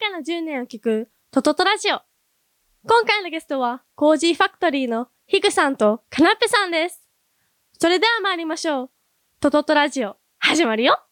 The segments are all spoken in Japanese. らの10年を聞く、トトトラジオ。今回のゲストは、コージーファクトリーのヒグさんとカナッペさんです。それでは参りましょう。トトトラジオ、始まるよ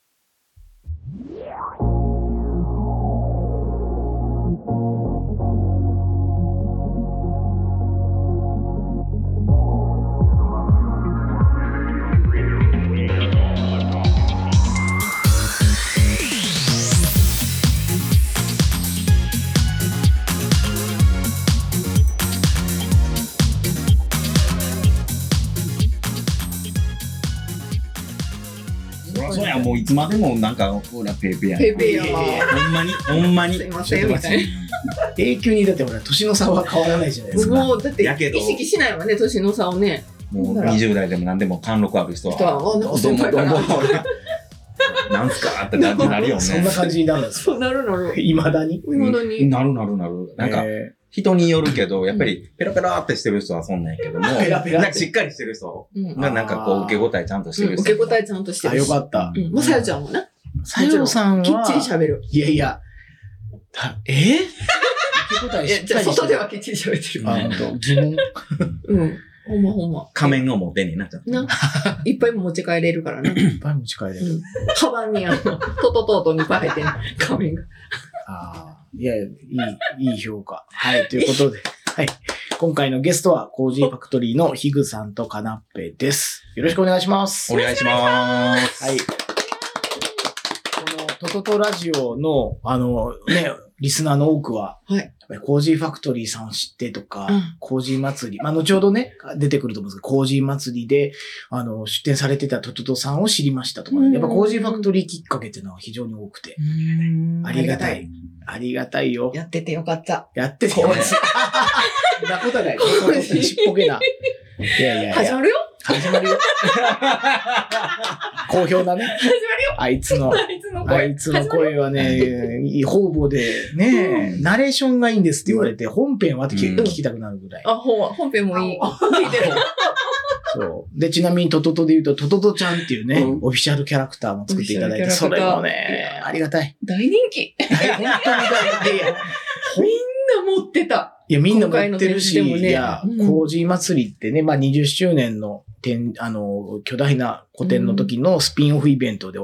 そうや、もういつまでもなんか、ほら、ペーペーやん。ペーペーやわほんまに、ほんまに。すいませんみたい永久にだってほら年の差は変わらないじゃないですか。もうだってやけど意識しないわね年の差をねもう20代でも何でも貫禄ある人は、人はあなんかどん先どん輩どかんなどん、なんすかって感じになるよそんね。な感じになるんですか。そうなるなるいまだに。未だになるなるなる。なんか、え人によるけど、やっぱり、ペラペラってしてる人はそんなんやけども、ペラペラってなんかしっかりしてる人うんうんが、なんかこう、受け答えちゃんとしてる人。受け答えちゃんとしてー、あるよしかった。うんまあさやちゃんもなさよさんは、きっちり喋るいやいや、たえー、受け答えいしやっじゃあかりして外ではきっちり喋ってるああの疑問。うんほんまほんま仮面を持ってんねんな、ちゃんと。ないっぱいも持ち帰れるからないっぱい持ち帰れる。カバンにあのトトトートにいっぱい入ってんの仮面がああ、いや、いい、いい評価。はい、ということで、はい。今回のゲストは、コージーファクトリーのヒグさんとカナッペです。よろしくお願いします。お願いします。はい。このトトトラジオの、あの、ね、リスナーの多くは、はいやっぱりコージーファクトリーさんを知ってとか、うんコージー祭り、まあ、後ほどね、出てくると思うんですけど、コージー祭りで、あの、出展されてたトトトさんを知りましたとか、うんやっぱコージーファクトリーきっかけっていうのは非常に多くて、ありがたい。ありがたいよ。やっててよかったやっててよ。なことない。コージーちっぽけな。いやいやい始やま、るよ始まるよ。好評だね。始まあいつの。るよいつのあ声いつの声はね、いい方々で、ね、ナレーションがいいんですって言われて、本編はって聞,、うんきたくなるぐらい。あほん本編もいい聞いてるそう。で、ちなみにトトトで言うと、トトトちゃんっていうね、うんオフィシャルキャラクターも作っていただいオて、フィシそャルキれャラクターもねい、やありがたい。大人気本当に大 変。いやみんな持ってた。いや、みんな持ってるし、今回の展示でもねいや、うん工事祭りってね、まあ20周年の展、あの、巨大な個展の時のスピンオフイベントで、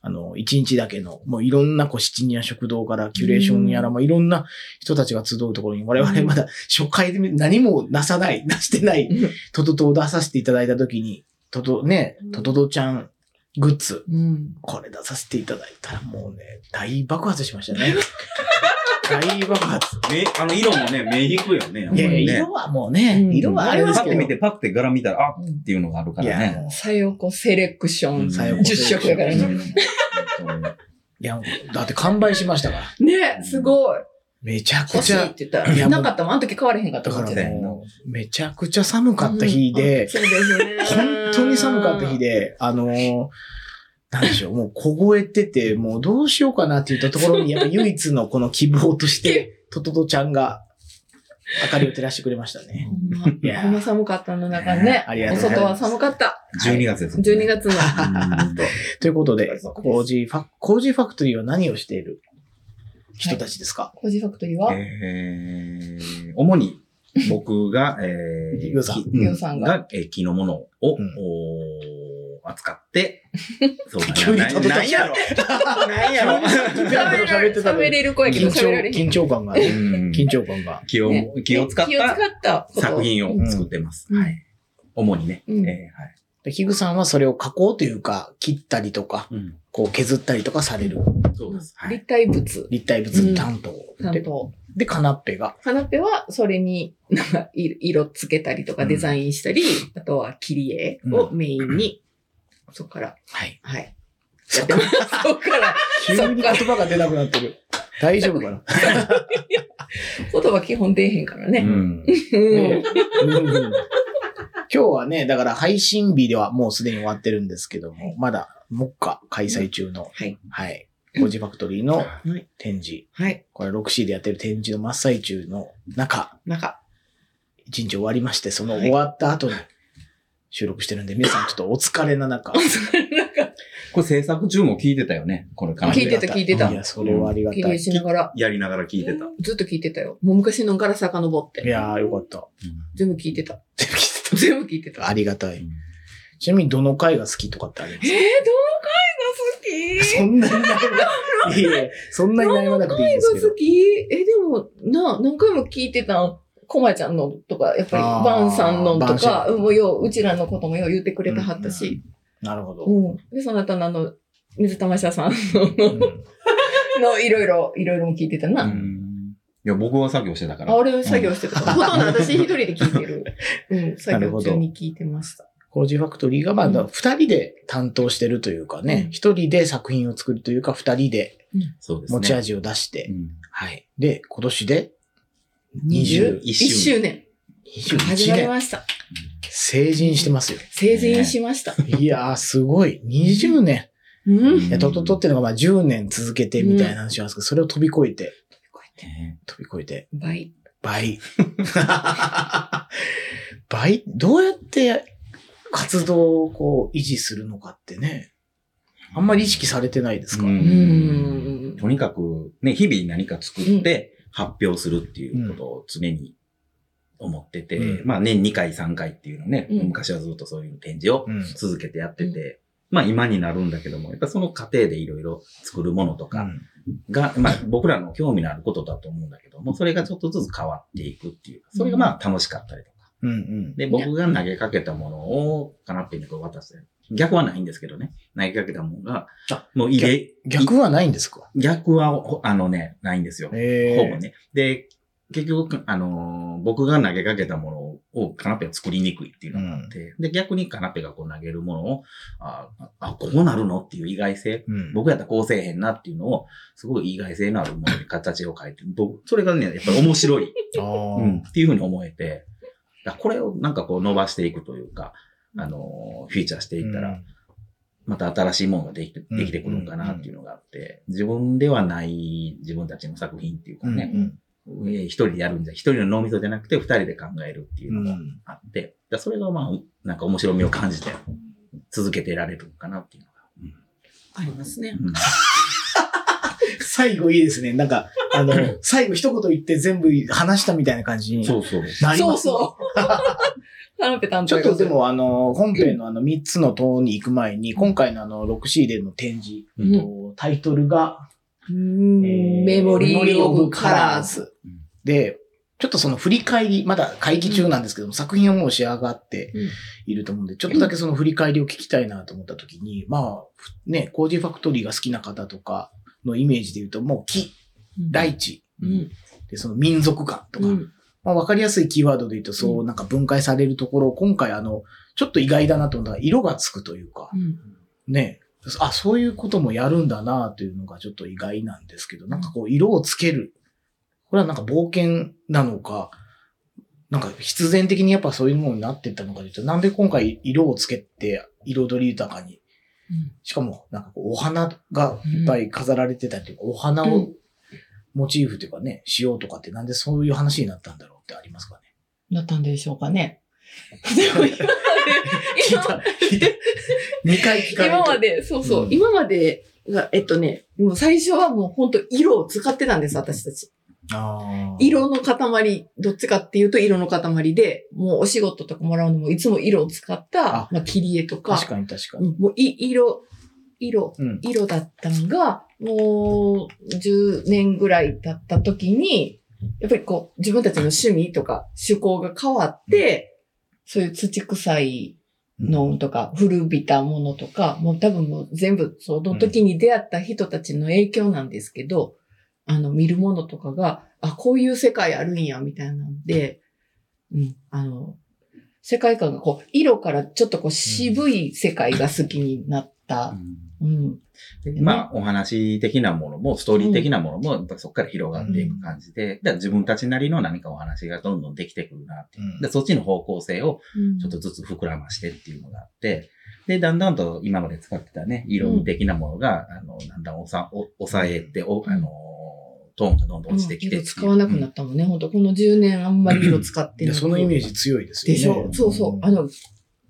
あの、1日だけの、もういろんなこう、七人や食堂からキュレーションやら、うんもういろんな人たちが集うところに、我々まだ初回で何もなさない、出してない、トトトを出させていただいた時に、トト、ねうん、トトトちゃんグッズ、うん。これ出させていただいたらもうね、大爆発し ましたね。大爆発。目あの、色も ね、目引くよね。やっぱいやりいねや、色はもうね、うん色はあれですパッけてど。見て、パッて柄見たら、あっていうのがあるかいらや、ね。もうさよこセレクション。最後10色だからねね。いや、だって完売しましたから。ねすごい。めちゃく欲しちいっゃ、て言ったら、いやもなうかったもん。あの時買われへんかっただもんかそらうだよもう、めちゃくちゃ寒かった日で、そうですね。本当に寒かった日。で、あのー、なんでしょう、もう凍えてて、もうどうしようかなって言ったところに、やっぱ唯一のこの希望と して、トトトちゃんが明かりを照らしてくれましたね。ほんま、いやほんま寒かったの中ね。ありがおとうござい外はます。寒かった。 12月です。 12。月の。ということで、コージーファコージーファクトリーは何をしている人たちですか、コージーファクトリーは、えー、主に僕が、えー、リョウさんきリョウさんがえー木のものを、おうんー扱って、そう だ急になたどたどなんやろなんやろペラペラ喋ってたのに喋れる声けど緊喋られ張、へん。緊張感がね、うん緊張感が。気を、ね気を使っ気を使たったこと。作品を作ってます。うんはい。主にね。うんえーはいで、ヒグさんはそれを加工というか、切ったりとか、うんこう削ったりとかされるそうです。はい。立体物立体物担当。担で当。で、カナッペが。カナペは、それに、なんか、色色つけたりとか、うんデザインしたり、あとは、切り絵をメインに、そこから、はい。はい。やってます。 そこから、急に言葉が出なくなってる。大丈夫かな言葉基本出えへんからうね。ん。うん。うんうん今日はね、だから配信日ではもうすでに終わってるんですけども、まだ、目下開催中の、はい。はい。コジファクトリーのはい。展示。はい。これ 6C でやってる展示の真っ最中の中、なんか、一日終わりまして、そのはい 終わった後に収録してるんで、皆さんちょっとお疲れな中、なんか、これ制作中も聞いてたよね。これかな 聞いてた聞いてたいや、それはありがた切り絵い。しながら。やりながら聞いてた。ずっと聞いてたよ。もう昔のから遡っいて。やー、よかった。全部聞いてた。全部聞いて全部聞いてた。た。あえりがたい。ちなみに、どの回が好きとかってありまー、すどの回が好きそんなに悩まいやいやそんなに悩まなくていいんですけがど好。きえ、でも、な、何回も聞いてたん。コマちゃんのとか、やっぱり、あーバンさんのバとンさか、んもうよう、うちらのこともよう言ってくれたはったし。なるほど。うん。で、その後のあの、水玉社さんうの、んのいろいろ、いろいろも聞いてたな。うんいや、僕は作業してたから。あ、俺は作業してた。ほとんど私一人で聞いて る。うん、作業中に聞いてました。工事ファクトリーが、まあ、うん二人で担当してるというかねう、ん一、人で作品を作るというか、二人でそうですね。持ち味を出して、うん。はい。で、今年で21 20 20 1周周年。始21まり年、ました。成人してますよ。成人しました。いやー、すごい。20年。うん。いや、トトトっていうのが、まあ、10年続けてみたいな話なんですけど、それを飛び越えて、ね飛び越えて、倍。 倍。倍どうやって活動をこう、維持するのかってね、あんまり意識されてないですか、ううんん。とにかく、ね、日々何か作って発表するっていうことを常に思ってて、うんまあ年2回3回っていうのね、うん昔はずっとそういう展示をうん続けてやってて、まあ今になるんだけども、やっぱその過程でいろいろ作るものとうかんが、まあ僕らの興味のあることだと思うんだけども、それがちょっとずつ変わっていくっていうか、それがまあ楽しかったりとか。うんうん。で、僕が投げかけたものをカナッペにこう渡して、逆はないんですけどね、投げかけたものがあ、もう入れ、逆はないんですか逆はほ、あのね、ないんですよ。えほぼね。で、結局、あのー僕が投げかけたものをカナペは作りにくいっていうのがあって、で、逆にカナペがこう投げるものを、あ、あこうなるのっていう意外性、うん、僕やったらこうせえへんなっていうのを、すごい意外性のあるものに形を変えて、僕、それがね、やっぱり面白い、あーうん、っていうふうに思えて、だからこれをなんかこう伸ばしていくというか、あのーフィーチャーしていったら、また新しいものができてできてくるんかなっていうのがあって、自分ではない自分たちの作品っていうかうん、ね、うんえー一人でやるんじゃ、一人の脳みそじゃなくて二人で考えるっていううのがん。あって、だからそれがまあ、なんか面白みを感じて続けてられるのかなっていうのが。ありますね。うん最後いいですね。なんか、あ の、最後一言言って全部話したみたいな感じにそうそう。なりそまうすね。 そう。カナペ担ち当ょっがとで、もあの、本編のあの3つの塔に行く前に、今回のあの 6C での展示、うんえっとタイトルが、うんえーメモリーオブカラーズ。ズ。で、ちょっとその振り返り、まだ会議中なんですけども、作品はもう仕上がってうんいると思うんで、ちょっとだけその振り返りを聞きたいなと思った時に、まあ、ふね、コージーファクトリーが好きな方とかのイメージで言うと、もう木、大地、うん。で、その民族感とか、うんまあ、わかりやすいキーワードで言うと、そうう、なんか分解されるところを、今回あの、ちょっと意外だなと思ったのが、色がつくというか、うんね、あ、そういうこともやるんだなというのがちょっと意外なんですけど、なんかこう、色をつける。これはなんか冒険なのか、なんか必然的にやっぱそういうものになってったのかというと、なんで今回色をつけて、彩り豊かに、しかもなんかこうお花がいっぱい飾られてたりとか、お花うをんモチーフというかね、しようとかってなんでそういう話になったんだろうってありますかね なったんでしょうかね。でも今まで、聞い今た。聞いた。2回聞かれた。今まで、そうそう、うん今までが、えっとね、もう最初はもう本当色を使ってたんです、私たち。あー。色の塊、どっちかっていうと色の塊で、もうお仕事とかもらうのもいつも色を使った、あまあ、切り絵とか、確かに確かうに。んもうい色、色、うん。色だったのが、もう10年ぐらい経った時に、やっぱりこう、自分たちの趣味とか趣向が変わって、そういう土臭いのとか、古びたものとか、もう多分もう全部その時に出会った人たちの影響なんですけど、あの見るものとかが、あ、こういう世界あるんや、みたいなんで、うん、あの、世界観がこう、色からちょっとこう渋い世界が好きになった。うん。まあ、お話的なものも、ストーリー的なものも、やっぱりそこから広がっていく感じで、だから自分たちなりの何かお話がどんどんできてくるなっていう。うんでそっちの方向性をうん、ちょっとずつ膨らましてっていうのがあって、で、だんだんと今まで使ってたね、色味的なものが、あの、だんだんおさお抑えて、おうんあの、トーンがどんどん落ちてきて色使わなくなったもんね。ほんと、この10年あんまり色使っていなやい。そのイメージ強いですよでしょ、ね。そうそう。あの、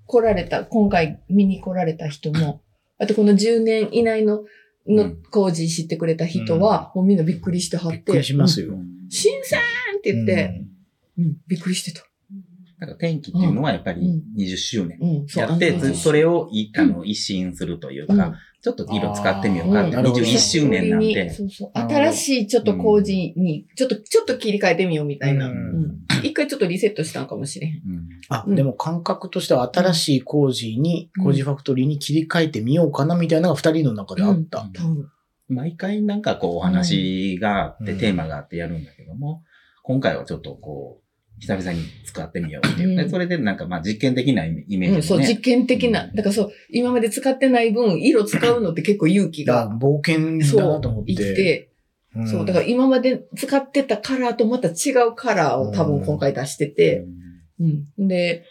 来られた、今回見に来られた人も、あとこの10年以内の、うのん工事知ってくれた人は、もうみんなびっくりしてはって。びっくりしますよ。うん新鮮って言って、うん、びっくりしてた。なんか天気っていうのはやっぱり20周年うん、そう。やって、ずそれをいあの一新するというか、ちょっと色使ってみようかって、うん21周年なんで、そうそう。なるほど新しいちょっと工事に、ちょっと、ちょっと切り替えてみようみたいな。ううんん 一回ちょっとリセットしたんかもしれへん。うんあ、うんでも感覚としては新しい工事に、うん工事ファクトリーに切り替えてみようかなみたいなのが二人の中であった。うん多分。毎回なんかこうお話があって、うんテーマがあってやるんだけども、今回はちょっとこう、久々に使ってみようっていう。うんでそれでなんかまあ実験的なイメイメうーん、ジそもう、ね。実験的な。だからそう、今まで使ってない分、色使うのって結構勇気いやが。冒険だそなと思っう、て。生きて、うんそう、だから今まで使ってたカラーとまた違うカラーを多分今回出してて、うん。で、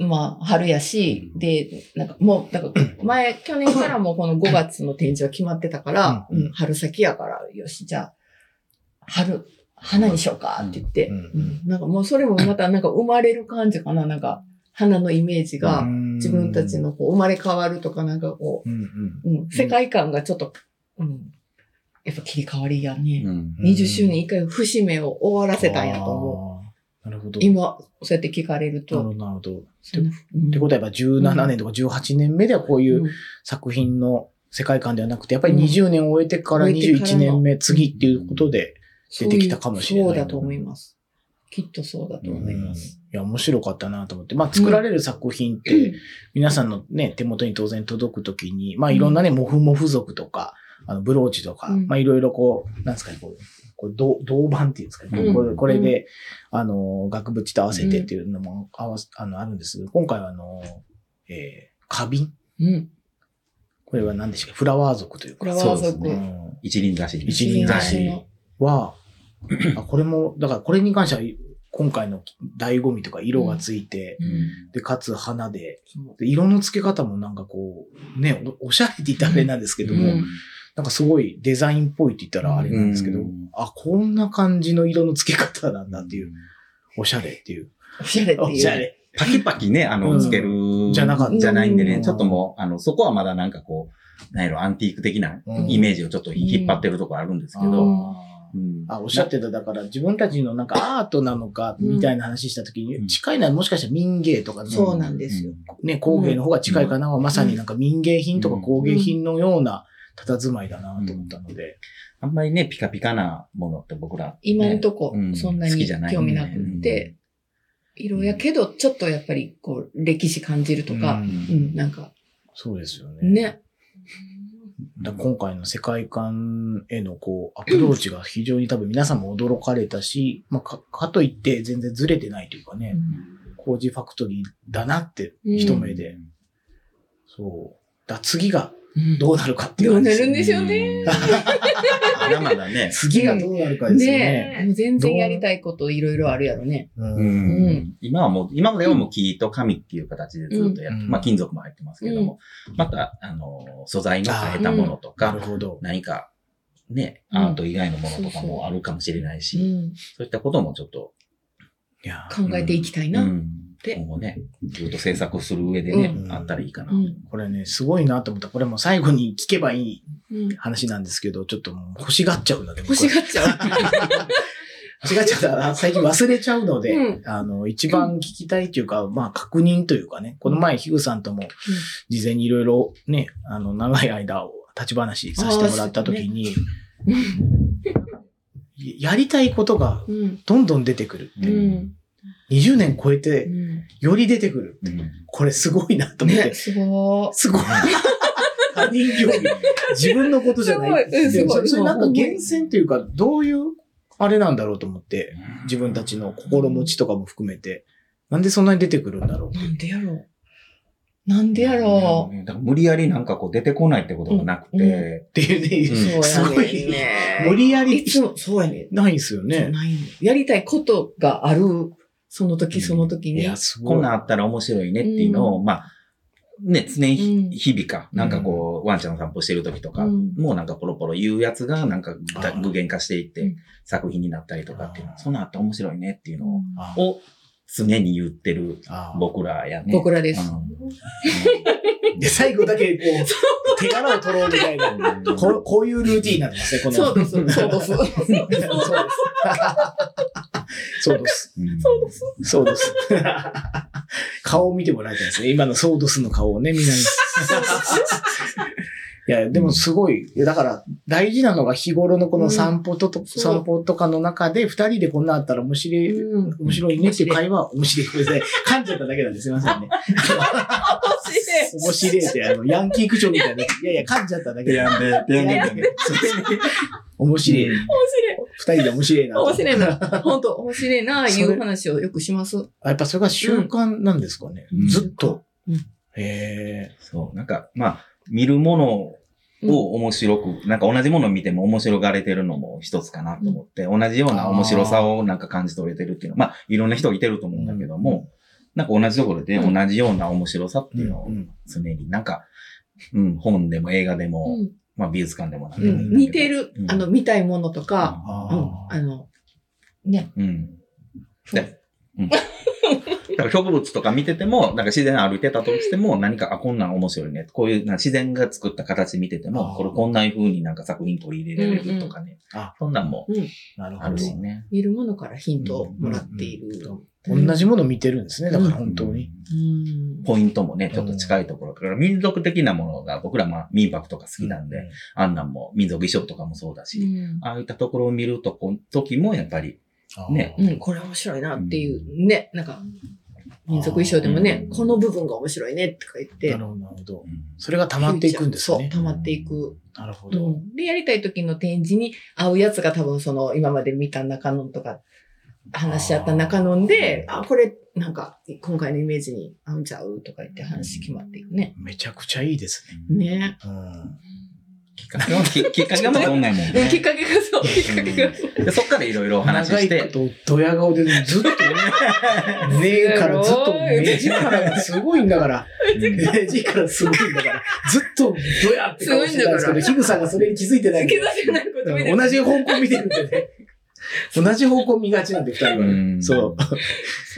まあ、春やし、で、なんかもう、だから前、去年からもこの5月の展示は決まってたから、うんうん春先やから、よし、じゃあ、春、花にしようかって言って、ううんんなんかもうそれもまたなんか生まれる感じかな、なんか、花のイメージうが、ん自分たち。のこう生まれ変わるとか、なんかこうんうんう、うん、世界観がちょっと、うん、やっぱ切り替わりやね。うんうん20周年一回節目を終わらせたんやと思う。あーなるほど。今、そうやって聞かれるなるとほ。どなるほど。っそんなうんてことはやっぱ17年とか18年目ではこういううん作品の世界観ではなくて、やっぱり20年を終えてからうん終えてから21の年目、次っていうことで、出てきたかもしれないそういうそうだと思います。きっとそうだと思います。いや、面白かったなと思って。まあ、作られる作品って、皆さんのね、手元に当然届くときに、まあ、いろんなね、モフモフ族とか、あの、ブローチとか、うんまあ、いろいろこう、なんですかね、こう、これ銅銅板っていうんですかね、うんこれこれで、あの、額縁と合わせてっていうのも合わせ、あの、あるんですけど、今回はあの、えー、花瓶うん。これは何でしたっけフラワー族というフかラ、ワそーうです族ね。うん一輪雑誌一輪雑だ誌し。は、あこれも、だからこれに関しては、今回の醍醐味とか色がついて、うんで、かつ花で、そうで色の付け方もなんかこう、ね、おおしゃれって言ったらあれなんですけども、うんなんかすごいデザインっぽいって言ったらあれなんですけど、うんあ、こんな感じの色の付け方なんだっていう、。おしゃれっていう。おしゃれっておいしゃう。れ。パキパキね、あうの、んつける。じゃなかったじゃないんでうんね、ちょっともう、あの、そこはまだなんかこう、なんやろ、アンティーク的なうんイメージをちょっと引っ張ってるとこあるんですけあど。ーうんあ、おっしゃってた、だから自分たちのなんかアートなのか、うんみたいな話した時うに、ん近いのはもしかしたら民芸とかのそうなんですよ。ね、工芸の方が近いかなは、まさになんか民芸品とかうん工芸品のような佇まいだなと思ったので。あんまりね、ピカピカなものって僕ら、ね。今のとこう、んそんな好きにじゃない興味なくって、色やけど、ちょっとやっぱり、こう、歴史感じるとうか、んうん、なんか、そうですよね。ね。だから今回の世界観へのこう、アプローチが非常に多分皆さんも驚かれたし、まあ、か、かといって全然ずれてないというかね、工事ファクトリーだなって、一目で。そう。だ、次がうんどうなるかっていうどう感じなでするんねでしょうね。まだまだね。次がどうなるかですよね。もう全然やりたいこといろいろあるやろね。ううんん今はもう、今まではもう木と紙っていう形でずっとやって、うんまあ金属も入ってますけども、また、あの、素材の変えたものとかなる、ほど。何か、ね、うんアート以外のものとかそうそうもあるかもしれないし、うそうういんったこともちょっと、いやー考えていきたいな。ううんんで今後ね、ずっと制作する上でね、うんあったらいいかな。うんこれね、すごいなと思った。これもう最後に聞けばいい欲話なんですけど、ちょっともう欲しがっちゃうので、僕はしがっちゃ う。欲しがっちゃったら最近忘れちゃうので、うあの、一番聞きたいというか、まあ確認というかね、この前ヒグさんとも事前にいろいろね、あの、長い間を立ち話させてもらった時に、やりたいことがうん。どんどん出てくる。うん。 20年超えて、うんより出てくる。うんこれすごいなと思って。ね、すごすごい。他人行儀。自分のことじゃない。すごいうんでごすいそれそれなんか源泉というか、どういう、あれなんだろうと思って、自分たちの心持ちとかも含めて、なんでそんなに出てくるんだろー。なんでやろう。なんでやろだから無理やりなんかこう出てこないってことがなくうんてう、っていうう。ね、うんすごいね無理やいりつも、そうやねん。ないですよね。ないのやりたいことがある、その時その時いにや、。すこごんい。なんあったら面白いねっていうのを、まあ、ね、常にひ、うん日々か、なんかこう、ワンちゃんの散歩してる時とか、うんもうなんかポロポロ言うやつが、なんかだあー具現化していっうてん、作品になったりとかっていうあーの、そんなんあったら面白いねっていうのをうあを、常に言ってるあー僕らやね。僕らです。で、最後だけ、こう、手柄を取ろうみたいな。うんここういうルーティーンなんですね、この。そうです。そうです。そうです。そうです。 うんそうです。顔を見てもらいたいですね。今のソードスの顔をね、みんなに。いや、でもすごい。だから、大事なのが日頃のこの散歩と、そう散歩とかの中で、二人でこんなあったら面白い、うん。面白いねっていう会話、面白い。ごめんなさい。噛んじゃっただけなんですいませんね。面白いって、あの、ヤンキー区長みたいな。いやいや、噛んじゃっただけペだ。ヤンで、ペヤンで。面白い。二人で面白いなと。面白いな。本当面白いな、いう話をよくします。あやっぱそれが習慣なんですかね。うんずっと。うんへえ。そう、なんか、まあ、見るものを面白く、なんか同じものを見ても面白がれてるのも一つかなと思って、同じような面白さをなんか感じ取れてるっていうのは、まあ、いろんな人いてると思うんだけども、なんか同じところでう同んじような面白さっていうのをうん常になんか、うん、本でも映画でも、うんまあ美術館でもなんでうもいいんだけどん似てるう、んあの、見たいものとか、あうーん、あの、ね。うん。で、うん。だから植物とか見てても、なんか自然歩いてたとしても、何か、あ、こんなん面白いね。こういう、なんか自然が作った形見ててあも、ーこれこんな風になんか作品取り入れられるとかね。うんうんあそんなんもなるあほるしど。ね。見るものからヒントをもらっている。同じもの見てるんですね。だから本当うに。ん。うん。ポイントもね、ちょっと近いところ。だから民族的なものが、僕らまあ民泊とか好きなんで、あんなんも民族衣装とかもそうだし、うんああいったところを見るとこ、時もやっぱり、うん。ねあーうん、これ面白いなっていう、ね、なんか、民族衣装でもねう、んこの部分が面白いねとか言ってな、るほど、なるほど。それが溜まっていくんですね。そう、溜まっていく。なるほうど。んで、やりたい時の展示に合うやつが多分その今まで見た中野とか、話し合った中野で、あこれなんか今回のイメージに合うんちゃうとか言って話決まっていくね。めちゃくちゃいいですね。うんね。うん。きっか けは、ききっかけはまあそんなんやもんね。きっかけがそう、きっかけがそう。でそっからいろいろお話しし長いてこ、と、ドヤ顔でずっ と、目からずっと、目力がすごいんだから。うん目力すごいんだから。ずっとドヤって顔してたんですけど、すヒグさんがそれに気づいてない好んできだじゃないことみたいな。同じ方向見てるんでね。同じ方向見がちなんで、二人はうね。んそそ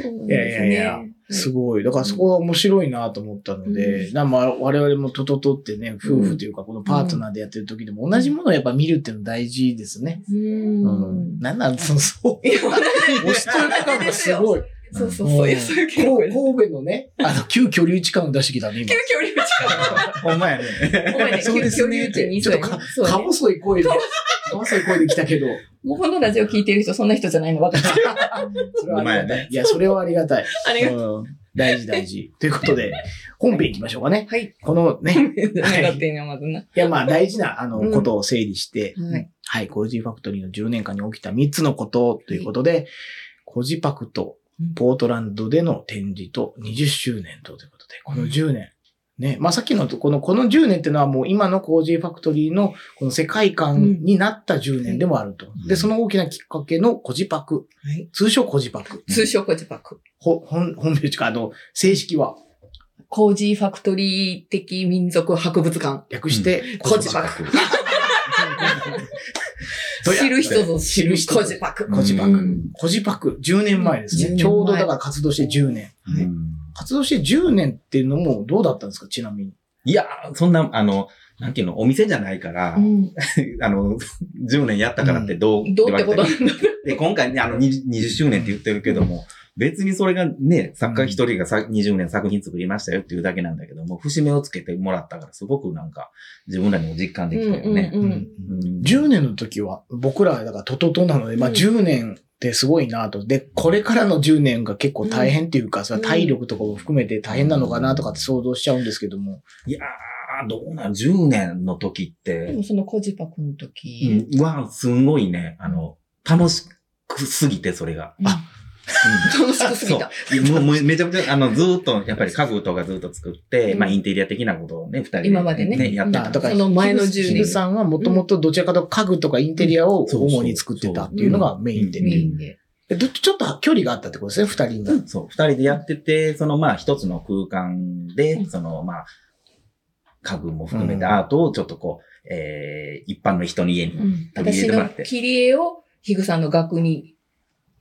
うなんう。いやいでやすいやね。。すごい。だからそこが面白いなと思ったので、うなんか我々もトトトってね、夫婦というか、このパートナーでやってる時でも同じものをやっぱ見るっていうの大事ですね。うんうん。なんなん、その、そう。いや同じ 押してる感がすごい。そうそうそう。いや、そういう結こ構う。神戸のね、 あの、旧居留地感を出してきたね、今 急。遽俺もほんまやね。ごめんねそうですねっ急遽言て。うちょっとか、そうねか細 い声で、か細い声で来たけど。もうこのラジオ聞いてる人、 そんな人じゃないの分かってる。それはありがたい。いや、それはありがたい。ありがとう。うん大事大事。ということで、本編行きましょうかね。はい。このね、はい勝手にまずな。いやまあ大事なあの、うんことを整理して、はい。はい、コージーファクトリーの10年間に起きた3つのことということで、コージパクとポートランドでの展示と20周年とということで、この10年。ね、まあさっきのとこの、この10年っていうのはもう今のコージーファクトリーのこの世界観になった10年でもあると。んで、その大きなきっかけのコジパク。はい通称コジパク。通称コジパク。ほ、本、本名というか、あの、正式はコージーファクトリー的民族博物館。略して、コジパク。ど や知る人ぞ知る知る人ぞコジパク。コジパクうん。コジパク。10年前です10年ね。前ちょうどだから活動して10年。はいうん活動して10年っていうのもどうだったんですかちなみに。いやー、そんな、あの、なんていうの、お店じゃないから、うん。 あの、10年やったからってどう、どうってこと言わなんだれてで、今回ね、あの、20, 20周年って言ってるけども、別にそれがね、作家一人がさ20年作品作りましたよっていうだけなんだけども、節目をつけてもらったから、すごくなんか、自分らにも実感できたよね。うんうん10年の時は、僕らだからトトトなので、まあうん10年ってすごいなと。で、これからの10年が結構大変っていうか、それは体力とかも含めて大変なのかなとかって想像しちゃうんですけども。いやー、どうなん、10年の時って、でもそのコジパクの時。うん、わあ、すんごいね、あの、楽しくすぎて、それが。あ、楽しくすぎた。うん、もうもうめちゃくちゃ、あの、ずーっと、やっぱり家具とかずーっと作って、うんまあ、インテリア的なことをね、二人で、今までねやってまあた。だからその前の10年ヒグさんはもともとどちらかというと家具とかインテリアを主に作ってたっていうのがメインで。うんメインで。えどちょっと距離があったってことですね、二人が。そう、二人でやってて、そのまあ一つの空間うで、んそのまあ、家具も含めうんてアートをちょっとこう、えー、一般の人に家に。私の切り絵をヒグさんの額に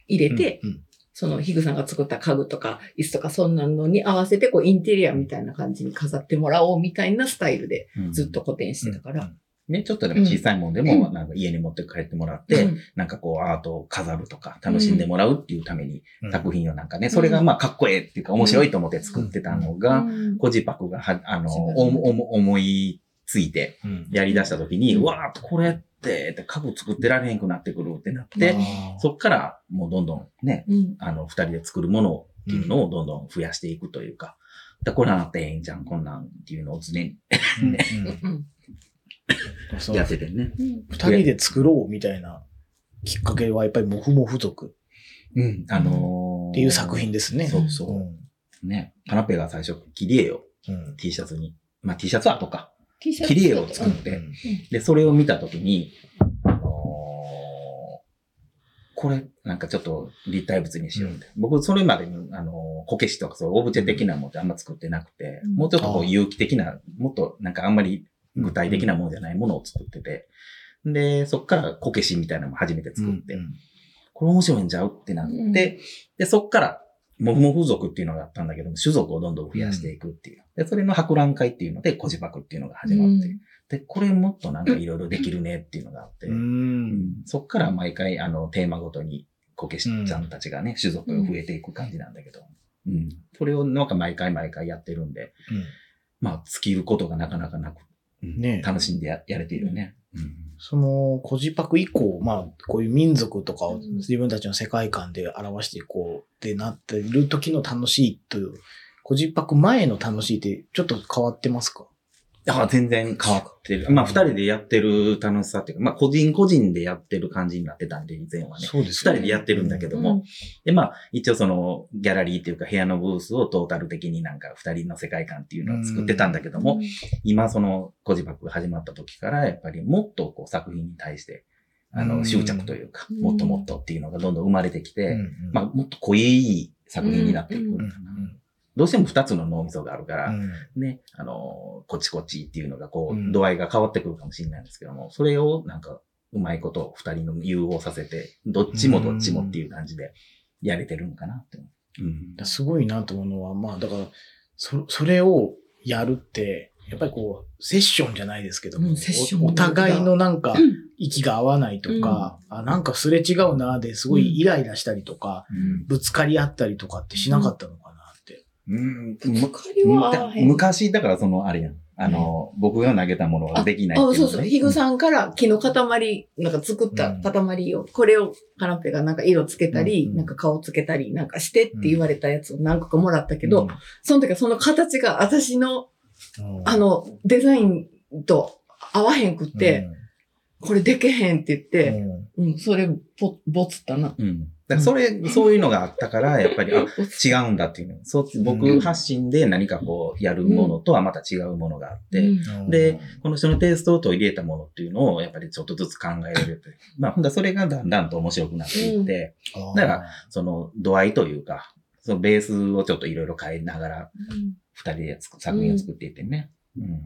入れて、うんうんそのヒグさんが作った家具とか椅子とかそんなのに合わせてこうインテリアみたいな感じに飾ってもらおうみたいなスタイルでうんずっと。固定してたから。ね、ちょっとでも小さいもんでも、なんか家に持って帰ってもらって、うんなんかこうアートを飾るとか、楽しんでもらうっていうために、うん作品をなんかね、それがまあかっこええっていうか面白いと思って作ってたのが、コジパクがは、あの、おもおも思いついてうんやり出した時に、うんうわーこれって、って家具作ってられへんくなってくるってなって、あーそっからもうどんどんね、うんあの、二人で作るものをっていうのをどんどん増やしていくというか、だからこれなんてええんじゃん、こんなんっていうのを常にうんうんうんそうやっててね。うん二人で作ろうみたいなきっかけはやっぱりモフモフ族うん、あのー、っていう作品ですね。そうそね。カナペが最初、切り絵をうん。うん。 T シャツに、まあ T シャツは後か。 T シャツ切り絵を作って、うんで、それを見たときに、あのーこれ、なんかちょっと立体物にしようって。僕、それまでに、あのーこけしとかそう、オブジェ的なものってあんま作ってなくて、うんもうちょっとこあう、あ有機的な、もっとなんかあんまり具体的なものじゃないものを作ってて、で、そっからこけしみたいなのも初めて作って、うんこれ面白いんちゃうってなって、うんで、そっから、もふもふ族っていうのがあったんだけども、種族をどんどん増やしていくっていう。で、それの博覧会っていうので、小ジパクっていうのが始まって、で、これもっとなんかいろいろできるねっていうのがあって、う。うんんそっから毎回、あの、テーマごとに、こけしちゃんたちがね、種族が増えていく感じなんだけど、うん。それをなんか毎回毎回やってるんで、まあ、尽きることがなかなかなく、うんねえ楽しんでややれてるよね。うんその、コジパク以降、まあ、こういう民族とかを自分たちの世界観で表していこうってなってる時の楽しいという、コジパク前の楽しいってちょっと変わってますかあ全然変わってる。まあ、二人でやってる楽しさっていうか、まあ、個人個人でやってる感じになってたんで、以前はね。そうで二す人よでやってるんだけども、で、まあ、一応その、ギャラリーっていうか、部屋のブースをトータル的になんか、二人の世界観っていうのを作ってたんだけども、今その、コジバックが始まった時から、やっぱりもっとこう、作品に対して、あうの、ん執着というか、うんもっともっとっていうのがどんどん生まれてきうんて、うんまあ、もっと濃い作品になっていくんうだんな。どうしても二つの脳みそがあるから、うんね、あの、こっちこっちっていうのがこうんう、度合いが変わってくるかもしれないんですけども、それをなんか、うまいこと二人の融合させて、どっちもどっちもっていう感じでやれてるのかなって。うんだすごいなと思うのは、まあだから、そそれをやるって、やっぱりこう、セッションじゃないですけども、うんセッションおお互いのなんかうん、息が合わないとか、あなんかすれ違うなですごいイライラしたりとか、うんぶつかり合ったりとかってしなかったのかなって。うんぶつかりは合わへん昔、だからその、あれやん。あの、僕が投げたものはできないあ、そうそう。ヒグん。さんから木の塊、なんか作った塊を、これをカナペがなんか色つけたり、うんなんか顔つけたりなんかしてって言われたやつを何個かもらったけど、うん、その時はその形が私の、うんあ、の、デザインと合わへんくって、これでけへんって言っうん、て、うん、それ、ぼ、ぼつったな。うん。だからそれ、そういうのがあったから、やっぱり、あ、ぼつ違うんだっていうの。そう、う僕ん発信で何かこう、やるものとはまた違うものがあって、うんうんで、この人のテイストと入れたものっていうのを、やっぱりちょっとずつ考えられて、 まあ、ほんだらそれがだんだんと面白くなっていって、あーだから、その度合いというか、そのベースをちょっといろいろ変えながら、二人でつく作品を作っていってね。うん。うん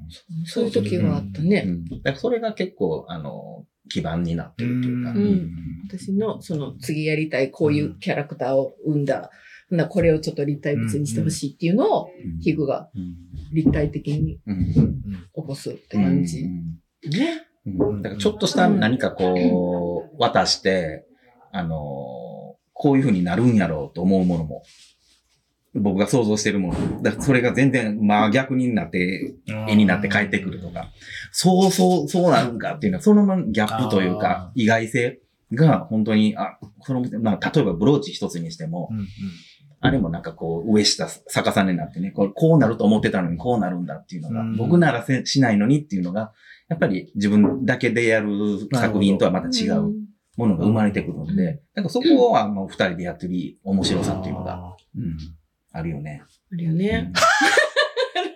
そういう時はあったね。うんだからそれが結構、あの、基盤になってるというか。うん私のその次やりたいこういうキャラクターを生んだ、ほんならこれをちょっと立体物にしてほしいっていうのを、うんヒグがうん立体的にうんうん起こすって感じ。ね。うんだからちょっとした何かこう、渡して、あのー、こういう風になるんやろうと思うものも、僕が想像してるもの、だからそれが全然真逆になって、絵になって帰ってくるとか、そうそう、そうなるんかっていうのは、そのままギャップというかあー、意外性が本当に、あ、この、まあ、例えばブローチ一つにしてもう、んうんあれもなんかこう、上下逆さになってね、こうこうなると思ってたのにこうなるんだっていうのが、うん僕ならせしないのにっていうのが、やっぱり自分だけでやる作品とはまた違うものが生まれてくるんで、なんかそこはもう二人でやってる面白さっていうのが、あうん、あるよね。あるよね。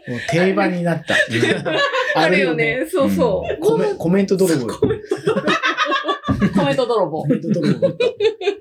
ーもう定番になった。 あるよ。ね。そうそコメコメント泥棒。コう。コメント泥棒。メント泥棒。